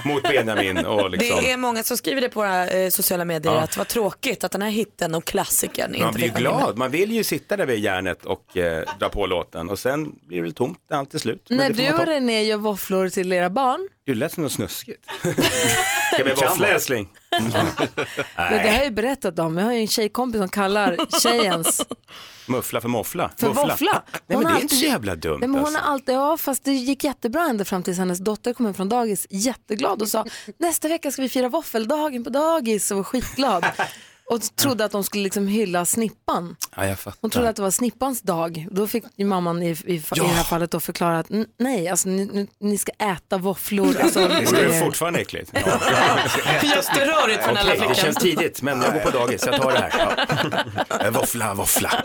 [SPEAKER 12] Mot Benjamin och liksom.
[SPEAKER 6] (laughs) Det är många som skriver det på våra eh, sociala medier
[SPEAKER 12] Ja.
[SPEAKER 6] att vad tråkigt att den här hitten och klassikern
[SPEAKER 12] Man
[SPEAKER 6] inte
[SPEAKER 12] blir ju
[SPEAKER 6] fick vara med.
[SPEAKER 12] glad. Man vill ju sitta där vid järnet och eh, dra på låten och sen blir det väl tomt när allt är slut. Men
[SPEAKER 1] När
[SPEAKER 12] det får
[SPEAKER 1] du
[SPEAKER 12] man ta.
[SPEAKER 1] och René gör våfflor till era barn,
[SPEAKER 12] Du lät som något
[SPEAKER 1] (laughs)
[SPEAKER 12] snuskigt. Ska vi våffla älskling?
[SPEAKER 1] men det har
[SPEAKER 12] Nej,
[SPEAKER 1] jag ju berättat om. Jag har ju en tjejkompis
[SPEAKER 12] (laughs)
[SPEAKER 1] som kallar tjejens
[SPEAKER 12] muffla för moffla.
[SPEAKER 1] För våffla.
[SPEAKER 12] Nej
[SPEAKER 1] Hon
[SPEAKER 12] men det
[SPEAKER 1] har
[SPEAKER 12] är inte så
[SPEAKER 1] alltid-
[SPEAKER 12] jävla dumt
[SPEAKER 1] Nej, men hon
[SPEAKER 12] alltså.
[SPEAKER 1] har alltid, ja fast det gick jättebra ända fram tills hennes dotter kom hem från dagis
[SPEAKER 12] (laughs)
[SPEAKER 1] jätteglad och sa nästa vecka ska vi fira våffeldagen på dagis och
[SPEAKER 12] (laughs)
[SPEAKER 1] var skitglad. Och trodde att de skulle liksom hylla snippan.
[SPEAKER 12] Ja, jag fattar.
[SPEAKER 1] Hon trodde att det var snippans dag. Då fick ju mamman i, i, i det här fallet då förklara att "N- nej, alltså, ni, ni- ni ska
[SPEAKER 12] (laughs)
[SPEAKER 1] äta våfflor. Alltså,
[SPEAKER 12] Det är fortfarande
[SPEAKER 1] (laughs)
[SPEAKER 12] äckligt.
[SPEAKER 5] Just det, rörigt
[SPEAKER 1] från alla
[SPEAKER 12] Okej,
[SPEAKER 1] flickor.
[SPEAKER 12] det känns tidigt, men jag går på dagis, jag tar det här.
[SPEAKER 6] (laughs)
[SPEAKER 12] Ja.
[SPEAKER 1] (laughs)
[SPEAKER 12] Eh, Våffla, våffla.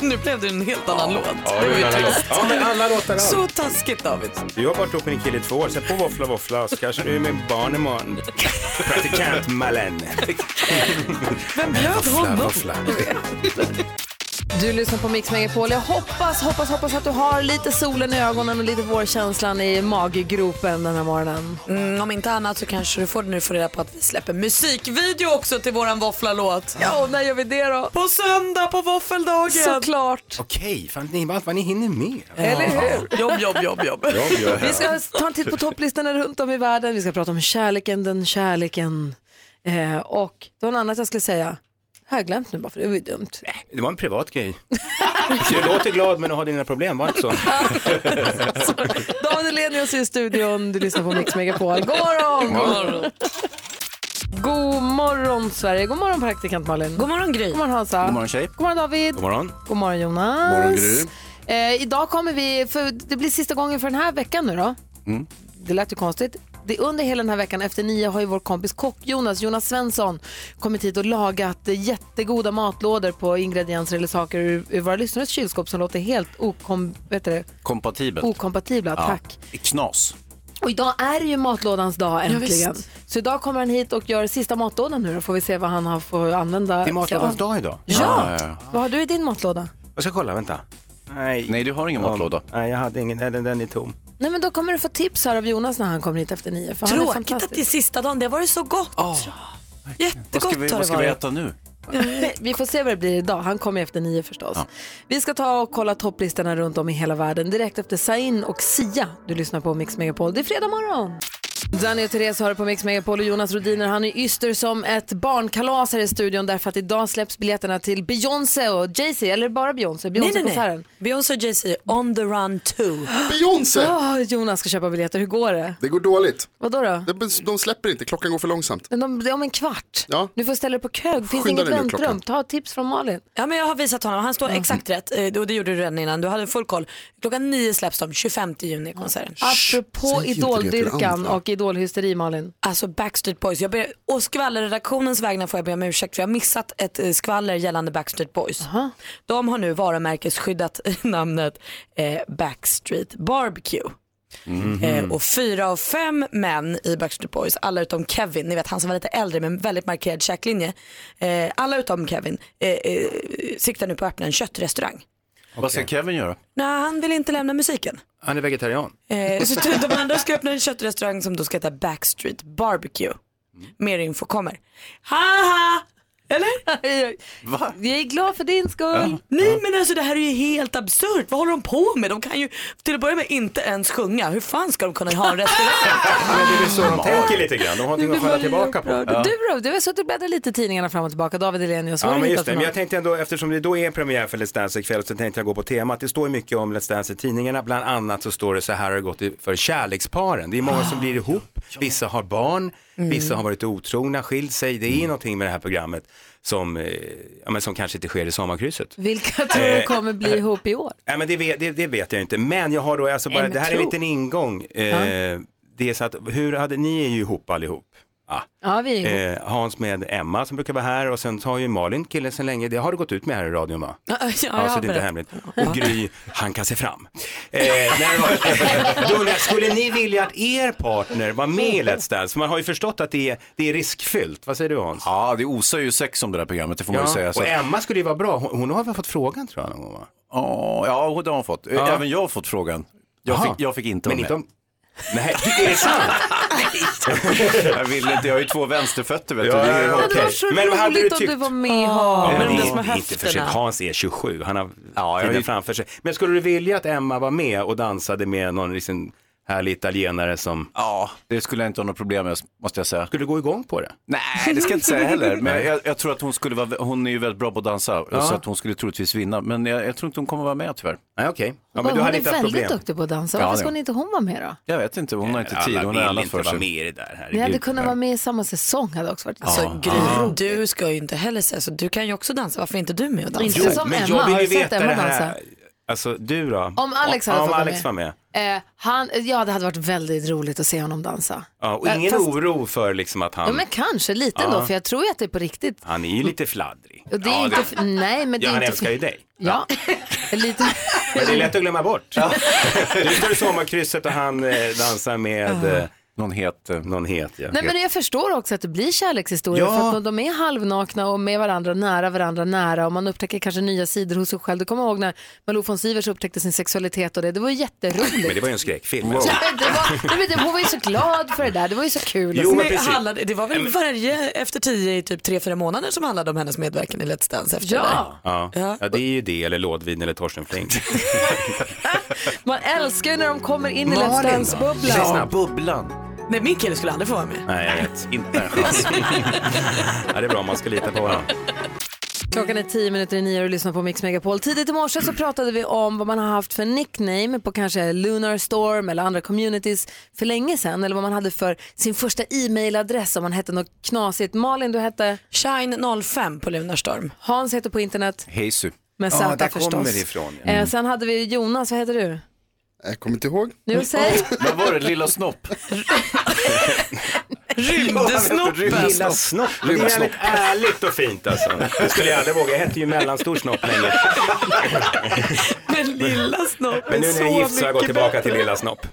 [SPEAKER 10] Nu blev det en helt annan låt.
[SPEAKER 12] Ja,
[SPEAKER 10] det var
[SPEAKER 12] det
[SPEAKER 10] ju
[SPEAKER 12] var en annan
[SPEAKER 10] trist.
[SPEAKER 12] låt. Ja, men alla låtar är allt.
[SPEAKER 10] Så taskigt David.
[SPEAKER 12] Du har varit ihop med en kille i två år, sätt på våffla, våffla, så kanske du är med barn imorgon. Praktikant Malen.
[SPEAKER 10] (laughs)
[SPEAKER 12] Vem
[SPEAKER 1] bjöd honom?
[SPEAKER 12] Våffla, våffla.
[SPEAKER 1] Du lyssnar på Mix Megapol. Jag hoppas, hoppas, hoppas att du har lite solen i ögonen och lite vårkänslan i maggropen den här morgonen.
[SPEAKER 6] Mm, om inte annat så kanske du får det nu får reda på att vi släpper musikvideo också till våran våffla-låt.
[SPEAKER 1] Ja, och när gör vi det då?
[SPEAKER 10] På söndag på våffeldagen.
[SPEAKER 1] Såklart.
[SPEAKER 12] Okej, fan ni, vad vad ni hinner med.
[SPEAKER 1] Eller hur?
[SPEAKER 10] Jobb, jobb, jobb, jobb.
[SPEAKER 12] Jobb, jobb.
[SPEAKER 1] Vi ska ta en titt på topplistorna runt om i världen. Vi ska prata om kärleken, den kärleken. Eh, och det var något annat jag skulle säga. Har jag glömt nu bara för det var ju dumt.
[SPEAKER 12] Det var en privat grej. Du låter glad men du har dina problem, var inte så?
[SPEAKER 1] David Hellenius i studion, du lyssnar på Mix Megapol. God morgon!
[SPEAKER 12] God morgon.
[SPEAKER 1] God morgon Sverige, god morgon praktikant Malin. God morgon Gry. God morgon Hansa.
[SPEAKER 3] God morgon, tjej.
[SPEAKER 1] God morgon David.
[SPEAKER 3] God morgon.
[SPEAKER 1] God morgon Jonas.
[SPEAKER 3] Morgon, Gry.
[SPEAKER 1] Eh, idag kommer vi, för det blir sista gången för den här veckan nu då.
[SPEAKER 3] Mm.
[SPEAKER 1] Det lät ju konstigt. Det, under hela den här veckan efter nio har ju vår kompis kock Jonas, Jonas Svensson, kommit hit och lagat eh, jättegoda matlådor på ingredienser eller saker ur, ur våra lyssnares kylskåp som låter helt okom, vet du det,
[SPEAKER 3] Kompatibelt.
[SPEAKER 1] okompatibla.
[SPEAKER 3] Ja.
[SPEAKER 1] Tack.
[SPEAKER 3] Knas.
[SPEAKER 1] Och idag är det ju matlådans dag äntligen. så idag kommer han hit och gör sista matlådan nu då får vi se vad han har får använda.
[SPEAKER 12] Det är matlådans dag idag.
[SPEAKER 1] Ja.
[SPEAKER 12] ja.
[SPEAKER 1] Vad har du i din matlåda?
[SPEAKER 12] Jag ska kolla, vänta. Nej.
[SPEAKER 3] Nej, du har ingen matlåda.
[SPEAKER 12] Nej, jag hade ingen. Nej, Den, den är tom.
[SPEAKER 1] Nej men då kommer du få tips här av Jonas när han kommer hit efter nio. För han är
[SPEAKER 6] Tråkigt att
[SPEAKER 1] fantastisk.
[SPEAKER 6] det är sista dagen, det har varit så gott.
[SPEAKER 3] Vad ska, vi,
[SPEAKER 6] Jättegott har
[SPEAKER 3] vad
[SPEAKER 6] det
[SPEAKER 3] ska vi
[SPEAKER 6] varit.
[SPEAKER 3] äta nu?
[SPEAKER 1] Vi får se vad det blir idag. Han kommer ju efter nio förstås. Vi ska ta och kolla topplistorna runt om i hela världen direkt efter Sain och Sia. Du lyssnar på Mix Megapol. Det är fredag morgon. Danny och Therese har det på Mix Megapol och Jonas Rodiner han är yster som ett barnkalas här i studion därför att idag släpps biljetterna till Beyoncé och Jay-Z, eller bara Beyoncé,
[SPEAKER 6] Nej, nej, nej.
[SPEAKER 1] Beyoncé-konserten.
[SPEAKER 6] Beyoncé och Jay-Z, On the Run 2.
[SPEAKER 7] Beyoncé!
[SPEAKER 1] Åh, Jonas ska köpa biljetter, hur går det?
[SPEAKER 7] Det går dåligt.
[SPEAKER 1] Vadå då?
[SPEAKER 7] De, de släpper inte, klockan går för långsamt.
[SPEAKER 1] Men De, det är om en kvart.
[SPEAKER 7] Ja.
[SPEAKER 1] Du får ställa dig på kö, det finns
[SPEAKER 7] Skynda
[SPEAKER 1] inget
[SPEAKER 7] dig nu,
[SPEAKER 1] väntrum.
[SPEAKER 7] klockan.
[SPEAKER 1] Ta tips från Malin.
[SPEAKER 6] Ja, men jag har visat honom, han står exakt rätt. Eh, Och det gjorde du redan innan, du hade full koll. Klockan nio släpps de, 25 juni konserten.
[SPEAKER 1] Apropå Alltså, idoldyrkan och idolhysteri Malin.
[SPEAKER 6] Alltså Backstreet Boys, jag ber, och skvallerredaktionens vägnar får jag be om ursäkt för jag har missat ett eh, skvaller gällande Backstreet Boys. De har nu varumärkesskyddat (laughs) namnet eh, Backstreet Barbecue. Eh, och fyra av fem män i Backstreet Boys, alla utom Kevin, ni vet han som var lite äldre men väldigt markerad käklinje. Eh, alla utom Kevin eh, eh, siktar nu på att öppna en köttrestaurang.
[SPEAKER 3] Vad ska Kevin göra?
[SPEAKER 6] Nej, han vill inte lämna musiken.
[SPEAKER 12] Han är vegetarian.
[SPEAKER 6] Eh, så typ de andra ska öppna en köttrestaurang som då ska heta Backstreet Barbecue. Mer info kommer. Haha! Eller?
[SPEAKER 3] Va?
[SPEAKER 1] Jag är glad för din skull.
[SPEAKER 6] Nej men alltså det här är ju helt absurt. Vad håller de på med? De kan ju till att börja med inte ens sjunga. Hur fan ska de kunna ha en restaurang?
[SPEAKER 12] Men det är väl så de tänker lite grann. De har någonting att falla tillbaka på. Ja.
[SPEAKER 1] Du då? Du har suttit och bläddrat lite i tidningarna fram och tillbaka. David Hellenius, vad
[SPEAKER 12] Ja,
[SPEAKER 1] har du
[SPEAKER 12] men just
[SPEAKER 1] hittat
[SPEAKER 12] det.
[SPEAKER 1] för
[SPEAKER 12] Men jag
[SPEAKER 1] något?
[SPEAKER 12] tänkte ändå, eftersom det då är en premiär för Let's Dance ikväll så tänkte jag gå på temat. Det står ju mycket om Let's Dance i tidningarna. Bland annat så står det så här har det gått i- för kärleksparen. Det är många som blir ihop, vissa har barn,
[SPEAKER 5] Mm.
[SPEAKER 12] vissa har varit otrogna, skilt sig. Det är någonting med det här programmet som, eh, ja, men som kanske inte sker i sommarkrysset.
[SPEAKER 1] Vilka tror du
[SPEAKER 12] Eh,
[SPEAKER 1] kommer bli ihop i år?
[SPEAKER 12] Nej, men det, vet, det, det vet jag inte, men jag har då, alltså
[SPEAKER 1] Nej,
[SPEAKER 12] bara,
[SPEAKER 1] men
[SPEAKER 12] det här är
[SPEAKER 1] tro.
[SPEAKER 12] en liten ingång. Eh, Det är så att, hur hade, ni är ju ihop allihop. Ah. Ja.
[SPEAKER 1] Ja, vi är ihop.
[SPEAKER 12] Eh, Hans med Emma som brukar vara här och sen har ju Malin killen sen länge, det har det gått ut med här i radion va?
[SPEAKER 6] Ja,
[SPEAKER 12] Ja,
[SPEAKER 1] alltså,
[SPEAKER 12] så det är inte hemligt. Och Gry hankar sig fram. Eh, nej, vad- (laughs) Då undrar jag, skulle ni vilja att er partner var med i Let's Dance? För man har ju förstått att det är, det är riskfyllt. Vad säger du Hans?
[SPEAKER 3] Ja, det osar ju sex om det där programmet, det får man
[SPEAKER 12] Ja,
[SPEAKER 3] ju säga.
[SPEAKER 12] och Emma skulle ju vara bra, hon, hon har väl fått frågan tror jag någon gång va?
[SPEAKER 3] Ja, ja, det har hon fått.
[SPEAKER 12] Ja.
[SPEAKER 3] Även jag har fått frågan. Jag,
[SPEAKER 12] Jaha.
[SPEAKER 3] fick, jag fick inte
[SPEAKER 12] Men
[SPEAKER 3] vara
[SPEAKER 12] inte
[SPEAKER 3] med.
[SPEAKER 12] om- Nej, är det sant?
[SPEAKER 3] (laughs) jag vill inte, jag har ju två vänsterfötter vet du.
[SPEAKER 12] Ja,
[SPEAKER 3] Det är-
[SPEAKER 12] ja, ja.
[SPEAKER 1] Men det var
[SPEAKER 12] okej.
[SPEAKER 1] så
[SPEAKER 12] Men vad hade
[SPEAKER 1] roligt
[SPEAKER 12] du
[SPEAKER 1] om
[SPEAKER 12] tyckt?
[SPEAKER 1] du var med Hans.
[SPEAKER 12] Men det är inte för sent. Hans är 27, han har
[SPEAKER 3] jag
[SPEAKER 12] tiden
[SPEAKER 3] är-
[SPEAKER 12] framför sig. Men skulle du vilja att Emma var med och dansade med någon liksom härlig italienare som...
[SPEAKER 3] Ja, det skulle jag inte ha något problem med måste jag säga.
[SPEAKER 12] Skulle du gå igång på det?
[SPEAKER 3] Nej, det ska jag inte säga heller. Men jag, jag tror att hon skulle vara, hon är ju väldigt bra på att dansa,
[SPEAKER 12] Ja.
[SPEAKER 3] så att hon skulle troligtvis vinna. Men jag, jag tror inte hon kommer vara med tyvärr.
[SPEAKER 12] Nej, okej.
[SPEAKER 3] Ja,
[SPEAKER 1] hon är väldigt duktig på att dansa.
[SPEAKER 3] Ja,
[SPEAKER 1] Varför
[SPEAKER 3] det
[SPEAKER 1] ska
[SPEAKER 3] är hon.
[SPEAKER 1] hon inte hon vara med då?
[SPEAKER 3] Jag vet inte, hon har inte tid. Hon har
[SPEAKER 12] vill
[SPEAKER 3] annat
[SPEAKER 12] inte
[SPEAKER 3] för
[SPEAKER 12] vara
[SPEAKER 3] sig.
[SPEAKER 12] med i det där. Herregud.
[SPEAKER 1] Ni hade kunnat vara med i samma säsong hade också varit
[SPEAKER 6] Alltså
[SPEAKER 1] Ja.
[SPEAKER 6] Gry, du ska ju inte heller säga så. Du kan ju också dansa. Varför är inte du med och dansar?
[SPEAKER 1] Inte Jo, som men jag Emma. vill ju Har du sett veta Emma det här? dansa?
[SPEAKER 12] Alltså du då?
[SPEAKER 1] Om Alex
[SPEAKER 12] Ja,
[SPEAKER 1] hade
[SPEAKER 12] om
[SPEAKER 1] fått
[SPEAKER 12] Alex var
[SPEAKER 1] vara
[SPEAKER 12] med.
[SPEAKER 1] Eh, han, ja, det hade varit väldigt roligt att se honom dansa.
[SPEAKER 12] Ja, och
[SPEAKER 1] Eh,
[SPEAKER 12] ingen
[SPEAKER 1] fast-
[SPEAKER 12] oro för liksom att han...
[SPEAKER 1] Ja, men kanske lite
[SPEAKER 12] Ja.
[SPEAKER 1] ändå, för jag tror ju att det är på riktigt.
[SPEAKER 12] Han är ju lite fladdrig.
[SPEAKER 1] Och det är
[SPEAKER 12] Ja,
[SPEAKER 1] inte, f- Nej, men det
[SPEAKER 12] Ja,
[SPEAKER 1] är
[SPEAKER 12] han
[SPEAKER 1] inte... f-
[SPEAKER 12] älskar ju dig.
[SPEAKER 1] Ja, (laughs) lite...
[SPEAKER 12] Men det är lätt att glömma bort. (laughs) Du står i sommarkrysset och han eh, dansar med... eh,
[SPEAKER 3] Någon het. eh.
[SPEAKER 12] Någon het, ja.
[SPEAKER 1] Nej, men jag förstår också att det blir kärlekshistorier
[SPEAKER 12] Ja.
[SPEAKER 1] för att de- de är halvnakna och med varandra, nära varandra, nära och man upptäcker kanske nya sidor hos sig själv. Du kommer ihåg när Malou von Sivers upptäckte sin sexualitet och det, det var ju jätteroligt.
[SPEAKER 12] Men det var ju en skräckfilm.
[SPEAKER 1] Ja, men det var, (laughs) nej, men det, hon var ju så glad för det där, det var ju så kul. Alltså,
[SPEAKER 6] Jo,
[SPEAKER 1] Och så-
[SPEAKER 6] men handlade, det var väl varje efter tio i typ tre, fyra månader som handlade om hennes medverkan i Let's Dance efter
[SPEAKER 1] Ja.
[SPEAKER 12] Ja. ja, det är ju det eller Lådvin eller Torsten Flink.
[SPEAKER 1] Man älskar ju när de kommer in i Let's Dance-bubblan.
[SPEAKER 3] bubblan.
[SPEAKER 6] det. Nej, min kille skulle aldrig få vara med.
[SPEAKER 12] Nej, jag vet. Inte en chans. ja, det är bra, man ska lita på varandra.
[SPEAKER 1] Klockan är tio minuter i nio och du lyssnar på Mix Megapol. Tidigt i morse så pratade vi om vad man har haft för nickname på kanske Lunar Storm eller andra communities för länge sedan. Eller vad man hade för sin första e-mailadress om man hette något knasigt. Malin, du hette?
[SPEAKER 6] Shine05 på Lunar Storm.
[SPEAKER 1] Hans heter på internet
[SPEAKER 3] Heisu.
[SPEAKER 1] med Z förstås.
[SPEAKER 7] kommer det ifrån, ja.
[SPEAKER 1] eh, sen hade vi Jonas, vad heter du?
[SPEAKER 7] Jag kommer inte ihåg.
[SPEAKER 1] Nu säg.
[SPEAKER 3] Vad var det? Lilla snopp?
[SPEAKER 12] (laughs) Lilla snopp. Det är jävligt ärligt och fint alltså. Det skulle jag aldrig våga. Jag hette ju mellanstor snopp länge.
[SPEAKER 6] Men lilla snopp
[SPEAKER 12] Men nu när jag är gift så har jag gått tillbaka till lilla snopp.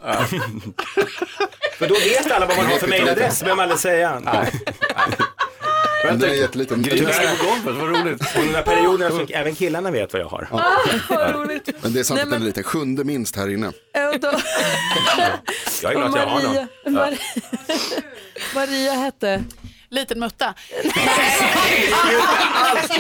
[SPEAKER 12] För då vet alla vad man har för mejladress. Behöver man aldrig säga.
[SPEAKER 7] Men den är jätteliten.
[SPEAKER 12] Grinar på
[SPEAKER 3] golvet, vad roligt.
[SPEAKER 12] Under den här perioden så även killarna vet vad jag har.
[SPEAKER 1] Ah,
[SPEAKER 7] Men det är sant att den är liten. Sjunde minst här inne.
[SPEAKER 1] Eh,
[SPEAKER 11] (laughs)
[SPEAKER 12] (laughs)
[SPEAKER 1] och då-
[SPEAKER 12] Jag
[SPEAKER 1] Och Maria, Maria, (laughs) Maria hette?
[SPEAKER 11] Liten mutta.
[SPEAKER 1] alls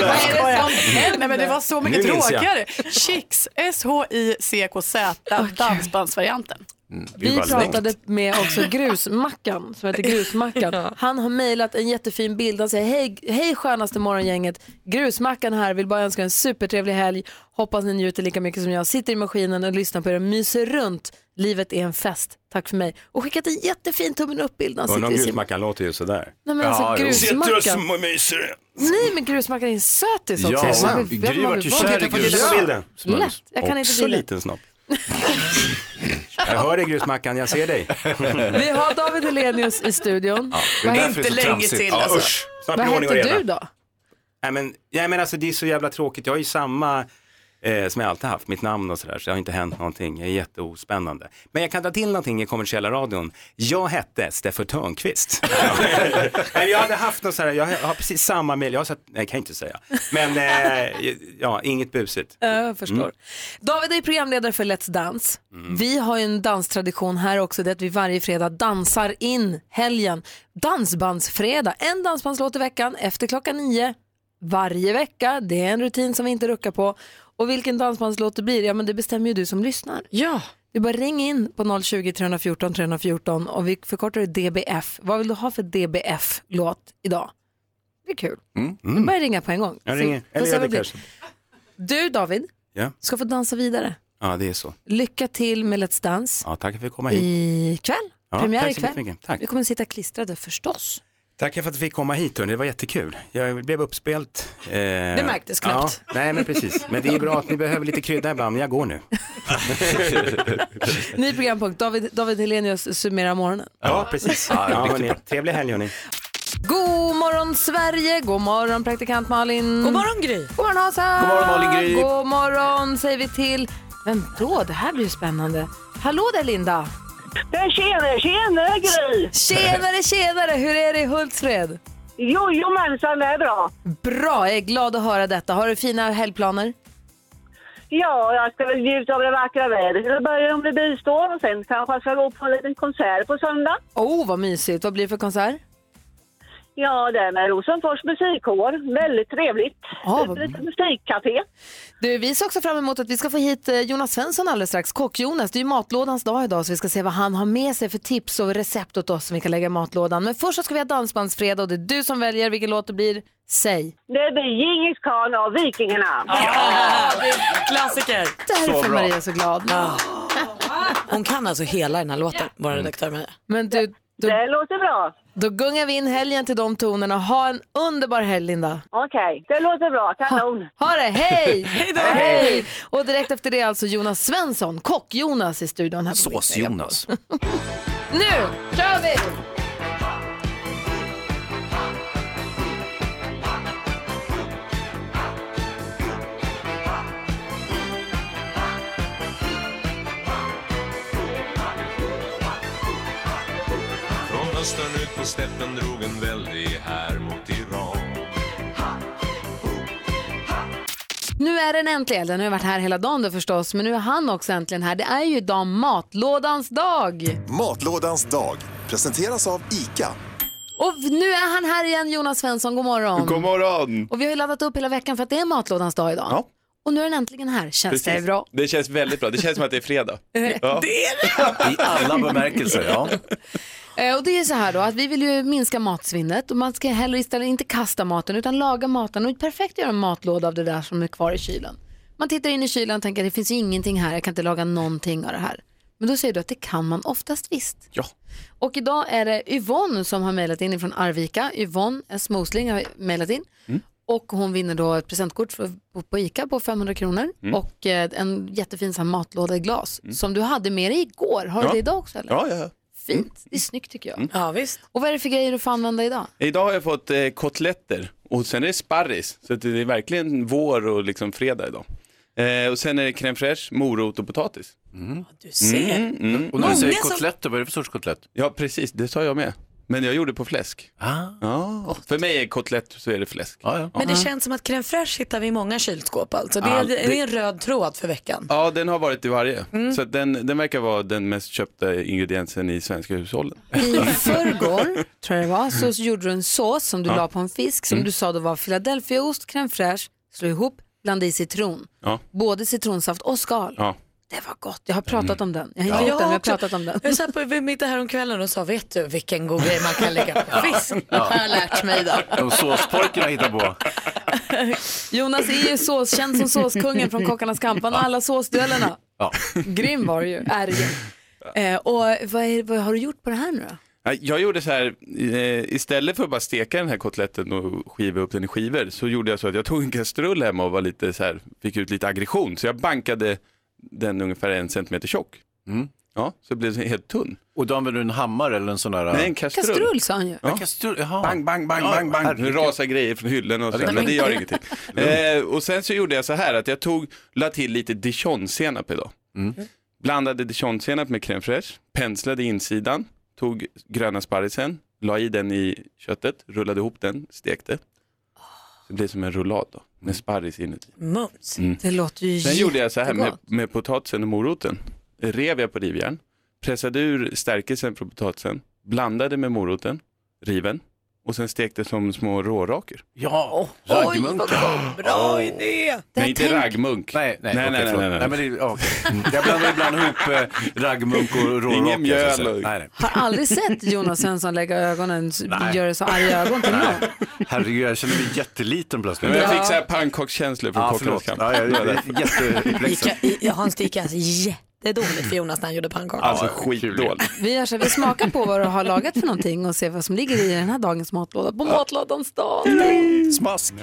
[SPEAKER 11] Vad är det
[SPEAKER 1] bra.
[SPEAKER 11] som händer? Nej, men det var så mycket
[SPEAKER 12] Nu minns jag.
[SPEAKER 11] tråkigare. Chicks, S-H-I-C-K-Z, dansbandsvarianten.
[SPEAKER 12] Mm,
[SPEAKER 1] Vi pratade med också Grusmackan, som heter Grusmackan. Han har mejlat en jättefin bild. Han säger, hej, hej skönaste morgongänget. Grusmackan här, vill bara önska en supertrevlig helg. Hoppas ni njuter lika mycket som jag. Sitter i maskinen och lyssnar på er och myser runt. Livet är en fest. Tack för mig. Och skickat en jättefin tummen upp-bild när han
[SPEAKER 12] Undrar
[SPEAKER 1] sitter
[SPEAKER 12] om
[SPEAKER 1] i sin...
[SPEAKER 12] grusmackan låter ju sådär.
[SPEAKER 1] Nej, men alltså, grusmackan.
[SPEAKER 12] och myser.
[SPEAKER 1] Nej, men Grusmackan är en sötis
[SPEAKER 12] Ja,
[SPEAKER 1] också. Man vill-
[SPEAKER 12] Gry
[SPEAKER 1] man
[SPEAKER 12] vart
[SPEAKER 1] vill
[SPEAKER 12] ju
[SPEAKER 1] vara-
[SPEAKER 12] kär i
[SPEAKER 1] Titta på bilden.
[SPEAKER 12] grusbilden.
[SPEAKER 1] Lätt, jag kan inte
[SPEAKER 12] Också
[SPEAKER 1] bilden.
[SPEAKER 12] liten snopp. Jag hör dig grusmackan, jag ser
[SPEAKER 1] (laughs)
[SPEAKER 12] dig.
[SPEAKER 1] Vi har David Hellenius i studion.
[SPEAKER 12] det är
[SPEAKER 1] Vad-
[SPEAKER 12] därför det är så tramsigt. Ja, usch. Snart
[SPEAKER 1] Vad
[SPEAKER 12] blir det ordning och
[SPEAKER 1] hette du
[SPEAKER 12] reda.
[SPEAKER 1] då?
[SPEAKER 12] Nej men, nej, men alltså det är så jävla tråkigt. Jag har ju samma eh, som jag alltid haft, mitt namn och sådär. Så det har inte hänt någonting. Jag är jätteospännande. Men jag kan ta till någonting i kommersiella radion. Jag hette Steffan
[SPEAKER 1] (laughs)
[SPEAKER 12] Törnqvist. Nej, jag hade haft något sådär, jag har precis samma mejl. Jag har sett, nej kan jag inte säga. Men eh, ja, inget busigt.
[SPEAKER 1] Ja, jag förstår.
[SPEAKER 12] Mm.
[SPEAKER 1] David är programledare för Let's Dance. Vi har ju en danstradition här också, det är att vi varje fredag dansar in helgen. Dansbandsfredag, en dansbandslåt i veckan efter klockan nio varje vecka. Det är en rutin som vi inte ruckar på. Och vilken dansbandslåt det blir, ja men det bestämmer ju du som lyssnar.
[SPEAKER 6] Ja.
[SPEAKER 1] Du bara ring in på 020 314 314 och vi förkortar det DBF. Vad vill du ha för DBF-låt idag? Det är kul.
[SPEAKER 12] Mm.
[SPEAKER 1] Du börjar ringa på en gång.
[SPEAKER 12] Jag
[SPEAKER 1] Så-
[SPEAKER 12] ringer.
[SPEAKER 1] får
[SPEAKER 12] Eller
[SPEAKER 1] se
[SPEAKER 12] gör
[SPEAKER 1] vad
[SPEAKER 12] det
[SPEAKER 1] det blir.
[SPEAKER 12] kanske.
[SPEAKER 1] Du David,
[SPEAKER 12] Ja.
[SPEAKER 1] ska få dansa vidare.
[SPEAKER 12] ja, det är så.
[SPEAKER 1] Lycka till med Let's Dance
[SPEAKER 12] Ja, tack för att jag fick komma hit.
[SPEAKER 1] ikväll.
[SPEAKER 12] Ja,
[SPEAKER 1] Premiär
[SPEAKER 12] tack så
[SPEAKER 1] ikväll.
[SPEAKER 12] mycket. Tack.
[SPEAKER 1] Vi kommer sitta klistrade förstås.
[SPEAKER 12] Tack för att vi fick komma hit, hörni. det var jättekul. Jag blev uppspelt. Eh,
[SPEAKER 1] Det märktes knappt.
[SPEAKER 12] Ja, nej, men precis. Men det är bra att ni behöver lite krydda ibland. Jag går nu.
[SPEAKER 1] Ny programpunkt, David, David Helenius summerar morgonen.
[SPEAKER 12] ja, precis. Ja, hörni, trevlig helg, hörni.
[SPEAKER 1] God morgon Sverige, god morgon praktikant Malin. God morgon Gry. God morgon Hansa.
[SPEAKER 12] God morgon, Malin Gry.
[SPEAKER 1] God morgon säger vi till, vem då? Det här blir ju spännande. Hallå där Linda.
[SPEAKER 14] Tjenare, tjenare Gry!
[SPEAKER 1] Tjenare, tjenare, hur är det i Hultsfred?
[SPEAKER 14] Jojomensan, det är bra.
[SPEAKER 1] Bra, jag är glad att höra detta. Har du fina helgplaner?
[SPEAKER 14] Ja, jag ska väl njuta av det vackra vädret. Jag börjar om det bistår och sen kanske jag ska gå på en liten konsert på söndag.
[SPEAKER 1] Åh, oh, vad mysigt. Vad blir det för konsert?
[SPEAKER 14] Ja, det är med Rosenfors musikkår. Väldigt trevligt.
[SPEAKER 1] Ja,
[SPEAKER 14] Ett
[SPEAKER 1] vad-
[SPEAKER 14] litet musikcafé.
[SPEAKER 1] Du, vi ser också fram emot att vi ska få hit eh, Jonas Svensson alldeles strax. Kock-Jonas, det är ju matlådans dag idag så vi ska se vad han har med sig för tips och recept åt oss som vi kan lägga i matlådan. Men först så ska vi ha dansbandsfredag och det är du som väljer vilken låt det blir. Säg.
[SPEAKER 14] Det blir Djingis khan av Vikingarna.
[SPEAKER 6] Klassiker.
[SPEAKER 1] Därför är Maria så glad.
[SPEAKER 6] Hon kan alltså hela den här låten, vår redaktör Maria.
[SPEAKER 1] Men du, då,
[SPEAKER 14] det låter bra.
[SPEAKER 1] Då gungar vi in helgen till de tonerna. Ha en underbar helg, Linda.
[SPEAKER 14] Okej, det låter bra. Kanon.
[SPEAKER 1] Ha det, hej!
[SPEAKER 14] Hej då!
[SPEAKER 1] Hej! Och direkt efter det alltså Jonas Svensson, kock-Jonas i studion. här på Mix Megapol.
[SPEAKER 3] Sås-Jonas.
[SPEAKER 1] Nu kör vi!
[SPEAKER 15] Från östern ut på steppen drog en väldig här mot Iran
[SPEAKER 1] Nu är den äntligen, den har ju varit här hela dagen då förstås, men nu är han också äntligen här. Det är ju idag matlådans dag.
[SPEAKER 16] Matlådans dag presenteras av ICA.
[SPEAKER 1] Och v- nu är han här igen, Jonas Svensson, god morgon.
[SPEAKER 16] God morgon!
[SPEAKER 1] Och vi har ju laddat upp hela veckan för att det är matlådans dag idag.
[SPEAKER 17] Ja.
[SPEAKER 1] Och nu är den äntligen här, känns det bra?
[SPEAKER 17] Det
[SPEAKER 1] (laughs)
[SPEAKER 17] känns väldigt bra. Det känns som att det är fredag.
[SPEAKER 1] Det
[SPEAKER 17] är det! I alla bemärkelser, ja.
[SPEAKER 1] Eh, Och det är så här då att vi vill ju minska matsvinnet och man ska heller istället inte kasta maten utan laga maten och perfekt att göra en matlåda av det där som är kvar i kylen. Man tittar in i kylen och tänker det finns ju ingenting här, jag kan inte laga någonting av det här. Men då säger du att det kan man oftast visst.
[SPEAKER 3] Ja.
[SPEAKER 1] Och idag är det Yvonne som har mejlat in från Arvika. Yvonne S. Mosling har mejlat in.
[SPEAKER 3] Mm.
[SPEAKER 1] Och hon vinner då ett presentkort för- på- på ICA på 500 kronor
[SPEAKER 3] Mm.
[SPEAKER 1] och eh, en jättefin sån här matlåda i glas som du hade med dig igår. Har
[SPEAKER 17] Mm.
[SPEAKER 1] du
[SPEAKER 17] Ja.
[SPEAKER 1] det idag också? Eller?
[SPEAKER 17] Ja, ja, ja.
[SPEAKER 1] Fint, det är snyggt tycker jag.
[SPEAKER 17] Mm.
[SPEAKER 1] Ja, visst. Och vad är det för grejer du får använda idag?
[SPEAKER 17] Idag har jag fått eh, kotletter och sen är det sparris. Så att det är verkligen vår och liksom fredag idag. Eh, och sen är det crème fraîche, morot och potatis.
[SPEAKER 6] Du
[SPEAKER 3] ser. Och när du säger Många som- kotletter,
[SPEAKER 17] vad är det för sorts kotlett? Ja, precis, det sa jag med. Men jag gjorde på fläsk. ja. För mig är kotlett så är det fläsk. Mm.
[SPEAKER 6] Men det känns som att crème fraîche hittar vi i många kylskåp alltså. Det är,
[SPEAKER 17] Ja,
[SPEAKER 6] det...
[SPEAKER 17] det-
[SPEAKER 6] är en röd tråd för veckan.
[SPEAKER 17] Ja, den har varit i varje. Så att den, den verkar vara den mest köpta ingrediensen i svenska hushållen.
[SPEAKER 1] I förrgår, tror jag det var, så gjorde du en sås som du
[SPEAKER 17] Ja.
[SPEAKER 1] la på en fisk som
[SPEAKER 17] Mm.
[SPEAKER 1] du sa då var Philadelphiaost, crème fraîche, slå ihop, blanda i citron.
[SPEAKER 17] Ja.
[SPEAKER 1] Både citronsaft och skal.
[SPEAKER 17] ja.
[SPEAKER 1] Gott, jag har pratat om den. Jag har
[SPEAKER 6] Ja.
[SPEAKER 1] inte
[SPEAKER 6] Jag
[SPEAKER 1] gjort den, men jag har
[SPEAKER 6] också.
[SPEAKER 1] pratat om den.
[SPEAKER 6] Jag satt på vid middag häromkvällen och sa, vet du vilken god grej man kan lägga på fisk?
[SPEAKER 3] Ja.
[SPEAKER 6] har jag lärt mig idag.
[SPEAKER 3] De såspojkarna hittar på.
[SPEAKER 1] Jonas är ju sås, känd som såskungen från Kockarnas kampan och alla såsduellerna.
[SPEAKER 3] Ja.
[SPEAKER 1] Grym var du ju, är du ju. Eh, och vad, är, vad har du gjort på det här nu då?
[SPEAKER 17] Nej, Jag gjorde så här, eh, istället för att bara steka den här kotletten och skiva upp den i skivor så gjorde jag så att jag tog en kastrull hemma och var lite så här, fick ut lite aggression. Så jag bankade den ungefär en centimeter tjock. Ja, så blev den helt tunn. Mm. Och då använde du en hammare eller en sån där? Nej, en kastrull.
[SPEAKER 1] Kastrull sa han ju.
[SPEAKER 17] Ja. Bang, bang, bang, bang, bang. Nu rasar grejer från hyllorna och så,
[SPEAKER 1] det-
[SPEAKER 17] men det gör ingenting. Eh, och sen så gjorde jag så här att jag tog, la till lite dijonsenap idag.
[SPEAKER 3] Mm.
[SPEAKER 17] Blandade dijonsenap med crème fraîche, penslade insidan, tog gröna sparrisen, la i den i köttet, rullade ihop den, stekte. Det blir som en rullad då, med sparris inuti.
[SPEAKER 6] Mums.
[SPEAKER 17] Mm.
[SPEAKER 1] Det låter ju
[SPEAKER 17] Sen gjorde jag så här med,
[SPEAKER 1] jättegott.
[SPEAKER 17] med potatisen och moroten. Rev jag på rivjärn, pressade ur stärkelsen från potatisen, blandade med moroten, riven och sen stekte som små råraker.
[SPEAKER 3] Ja, raggmunkar.
[SPEAKER 6] Bra idé!
[SPEAKER 17] Nej, inte raggmunk.
[SPEAKER 3] Nej, nej,
[SPEAKER 17] Nej,
[SPEAKER 3] okej,
[SPEAKER 17] nej, nej,
[SPEAKER 3] förlåt.
[SPEAKER 17] nej, nej.
[SPEAKER 3] men det, är- ja, okej. Mm. Jag blandar ibland ihop eh, raggmunk och rårock.
[SPEAKER 17] Ingen mjöl och-
[SPEAKER 3] Nej, nej.
[SPEAKER 1] Har aldrig sett Jonas Svensson lägga ögonen,
[SPEAKER 3] Nej.
[SPEAKER 1] göra så arga ögon till någon.
[SPEAKER 3] Herregud, jag känner mig jätteliten plötsligt.
[SPEAKER 17] Men jag fick så här pannkakskänslor från
[SPEAKER 3] Ja,
[SPEAKER 17] Kockarnas kamp.
[SPEAKER 3] förlåt. Ja, jag- jag- jag- jätteuppläxad.
[SPEAKER 6] Jag har en sticka, alltså, jättedåligt för Jonas när han gjorde pannkakor.
[SPEAKER 17] Alltså skitdåligt.
[SPEAKER 1] Vi, gör så här, vi smakar på vad du har lagat för någonting och ser vad som ligger i den här dagens matlåda på matlådans dag.
[SPEAKER 3] Smask.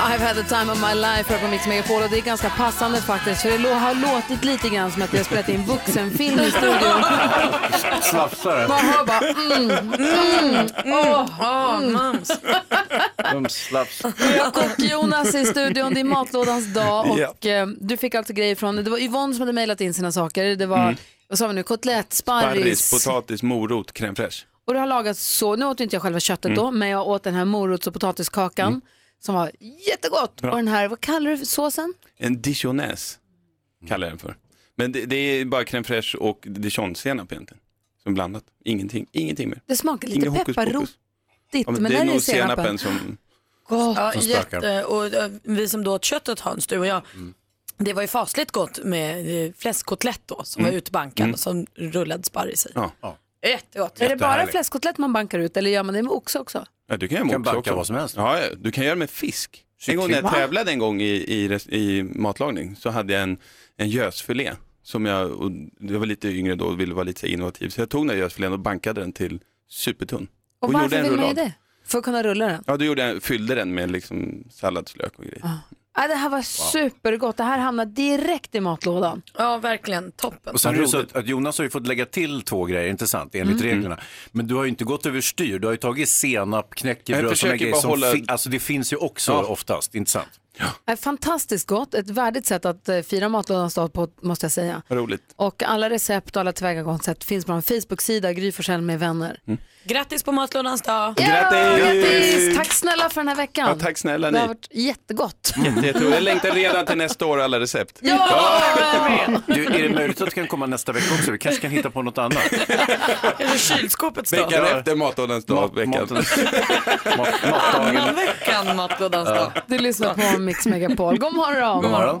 [SPEAKER 1] I've had the time of my life här på Mix Megapol och det är ganska passande faktiskt för det lå- har låtit lite grann som att jag har spelat in vuxenfilm i studion.
[SPEAKER 3] Slafsare.
[SPEAKER 1] Man hör bara mm, mm, åh, mm.
[SPEAKER 3] De slaps.
[SPEAKER 1] Vi har Kock-Jonas i studion, det är matlådans dag och
[SPEAKER 3] Ja.
[SPEAKER 1] eh, du fick alltså grejer från, det var Yvonne som hade mejlat in sina saker, det var,
[SPEAKER 17] Mm.
[SPEAKER 1] vad sa vi nu, kotlett,
[SPEAKER 17] Sparris,
[SPEAKER 1] sparris,
[SPEAKER 17] potatis, morot, crème fraîche.
[SPEAKER 1] Och det har lagats så, nu åt inte jag själva köttet
[SPEAKER 17] Mm.
[SPEAKER 1] då, men jag åt den här morots och potatiskakan som var jättegott.
[SPEAKER 17] Bra.
[SPEAKER 1] Och den här, vad kallar du för såsen?
[SPEAKER 17] En dijonnaise kallar jag den för. Men det, det är bara crème fraîche och dijonsenap egentligen. Som blandat. Ingenting, ingenting mer.
[SPEAKER 1] Det smakar lite
[SPEAKER 17] Ingen hokus
[SPEAKER 1] pepparrotigt,
[SPEAKER 17] pokus. Ja, men
[SPEAKER 1] men,
[SPEAKER 17] det
[SPEAKER 1] där
[SPEAKER 17] är
[SPEAKER 1] är det
[SPEAKER 17] nog senapen
[SPEAKER 1] senapen.
[SPEAKER 17] som...
[SPEAKER 1] Gott.
[SPEAKER 6] Ja,
[SPEAKER 17] Som spökar.
[SPEAKER 6] jätte, och, eh, vi som då åt köttet Hans, du och jag,
[SPEAKER 17] Mm.
[SPEAKER 6] det var ju fasligt gott med eh, fläskkotlett då som
[SPEAKER 17] Mm.
[SPEAKER 6] var utbankad
[SPEAKER 17] Mm.
[SPEAKER 6] och som rullad sparris i.
[SPEAKER 17] Ja. Ja.
[SPEAKER 6] Jättegott.
[SPEAKER 1] Är det bara fläskkotlett man bankar ut eller gör man det med oxe också?
[SPEAKER 17] du kan göra
[SPEAKER 3] Du
[SPEAKER 17] med
[SPEAKER 3] kan
[SPEAKER 17] oxe
[SPEAKER 3] baka
[SPEAKER 17] också.
[SPEAKER 3] vad som helst.
[SPEAKER 17] Ja, ja, du kan göra med fisk. En gång när jag
[SPEAKER 3] Va?
[SPEAKER 17] tävlade en gång i, i, res- i matlagning så hade jag en, en gösfilé. Som jag, och jag var lite yngre då och ville vara lite så här innovativ. Så jag tog den här gösfilén och bankade den till supertunn.
[SPEAKER 1] Och, varför
[SPEAKER 17] gjorde en
[SPEAKER 1] vill man ju
[SPEAKER 17] rullad.
[SPEAKER 1] det? För att kunna rulla den?
[SPEAKER 17] Ja, du gjorde, en- fyllde den med liksom salladslök och grejer.
[SPEAKER 1] Ah. Ja, det här var supergott, det här hamnar direkt i matlådan.
[SPEAKER 6] Ja, verkligen. Toppen.
[SPEAKER 3] Och sen är det så att, att Jonas har ju fått lägga till två grejer, inte sant, enligt
[SPEAKER 17] Mm.
[SPEAKER 3] reglerna. Men du har ju inte gått överstyr, du har ju tagit senap,
[SPEAKER 17] Jag
[SPEAKER 3] knäckebröd,
[SPEAKER 17] försöker
[SPEAKER 3] sådana grejer
[SPEAKER 17] bara
[SPEAKER 3] som
[SPEAKER 17] hålla-
[SPEAKER 3] fin- alltså det finns ju också
[SPEAKER 17] Ja.
[SPEAKER 3] oftast, inte sant?
[SPEAKER 1] Är Fantastiskt gott, ett värdigt sätt att eh, fira matlådans dag på måste jag säga.
[SPEAKER 17] Vad roligt.
[SPEAKER 1] Och alla recept och alla tillvägagångssätt finns på en Facebook-sida, Gry Forssell med vänner.
[SPEAKER 17] Mm.
[SPEAKER 6] Grattis på matlådans dag!
[SPEAKER 17] Grattis!
[SPEAKER 1] Grattis! Tack snälla för den här veckan.
[SPEAKER 17] Ja, tack snälla
[SPEAKER 1] Det har
[SPEAKER 17] ni.
[SPEAKER 1] varit jättegott.
[SPEAKER 17] Jätte, jätteroligt. Jag längtar redan till nästa år alla recept.
[SPEAKER 3] Du, är det möjligt att du kan komma nästa vecka också? Vi kanske kan hitta på
[SPEAKER 17] (laughs)
[SPEAKER 3] något annat.
[SPEAKER 6] Eller kylskåpets dag.
[SPEAKER 17] Veckan efter matlådans dag. Veckan.
[SPEAKER 6] Annan veckan matlådans dag.
[SPEAKER 1] Du lyssnar på Mix Megapol. God morgon!
[SPEAKER 6] God morgon.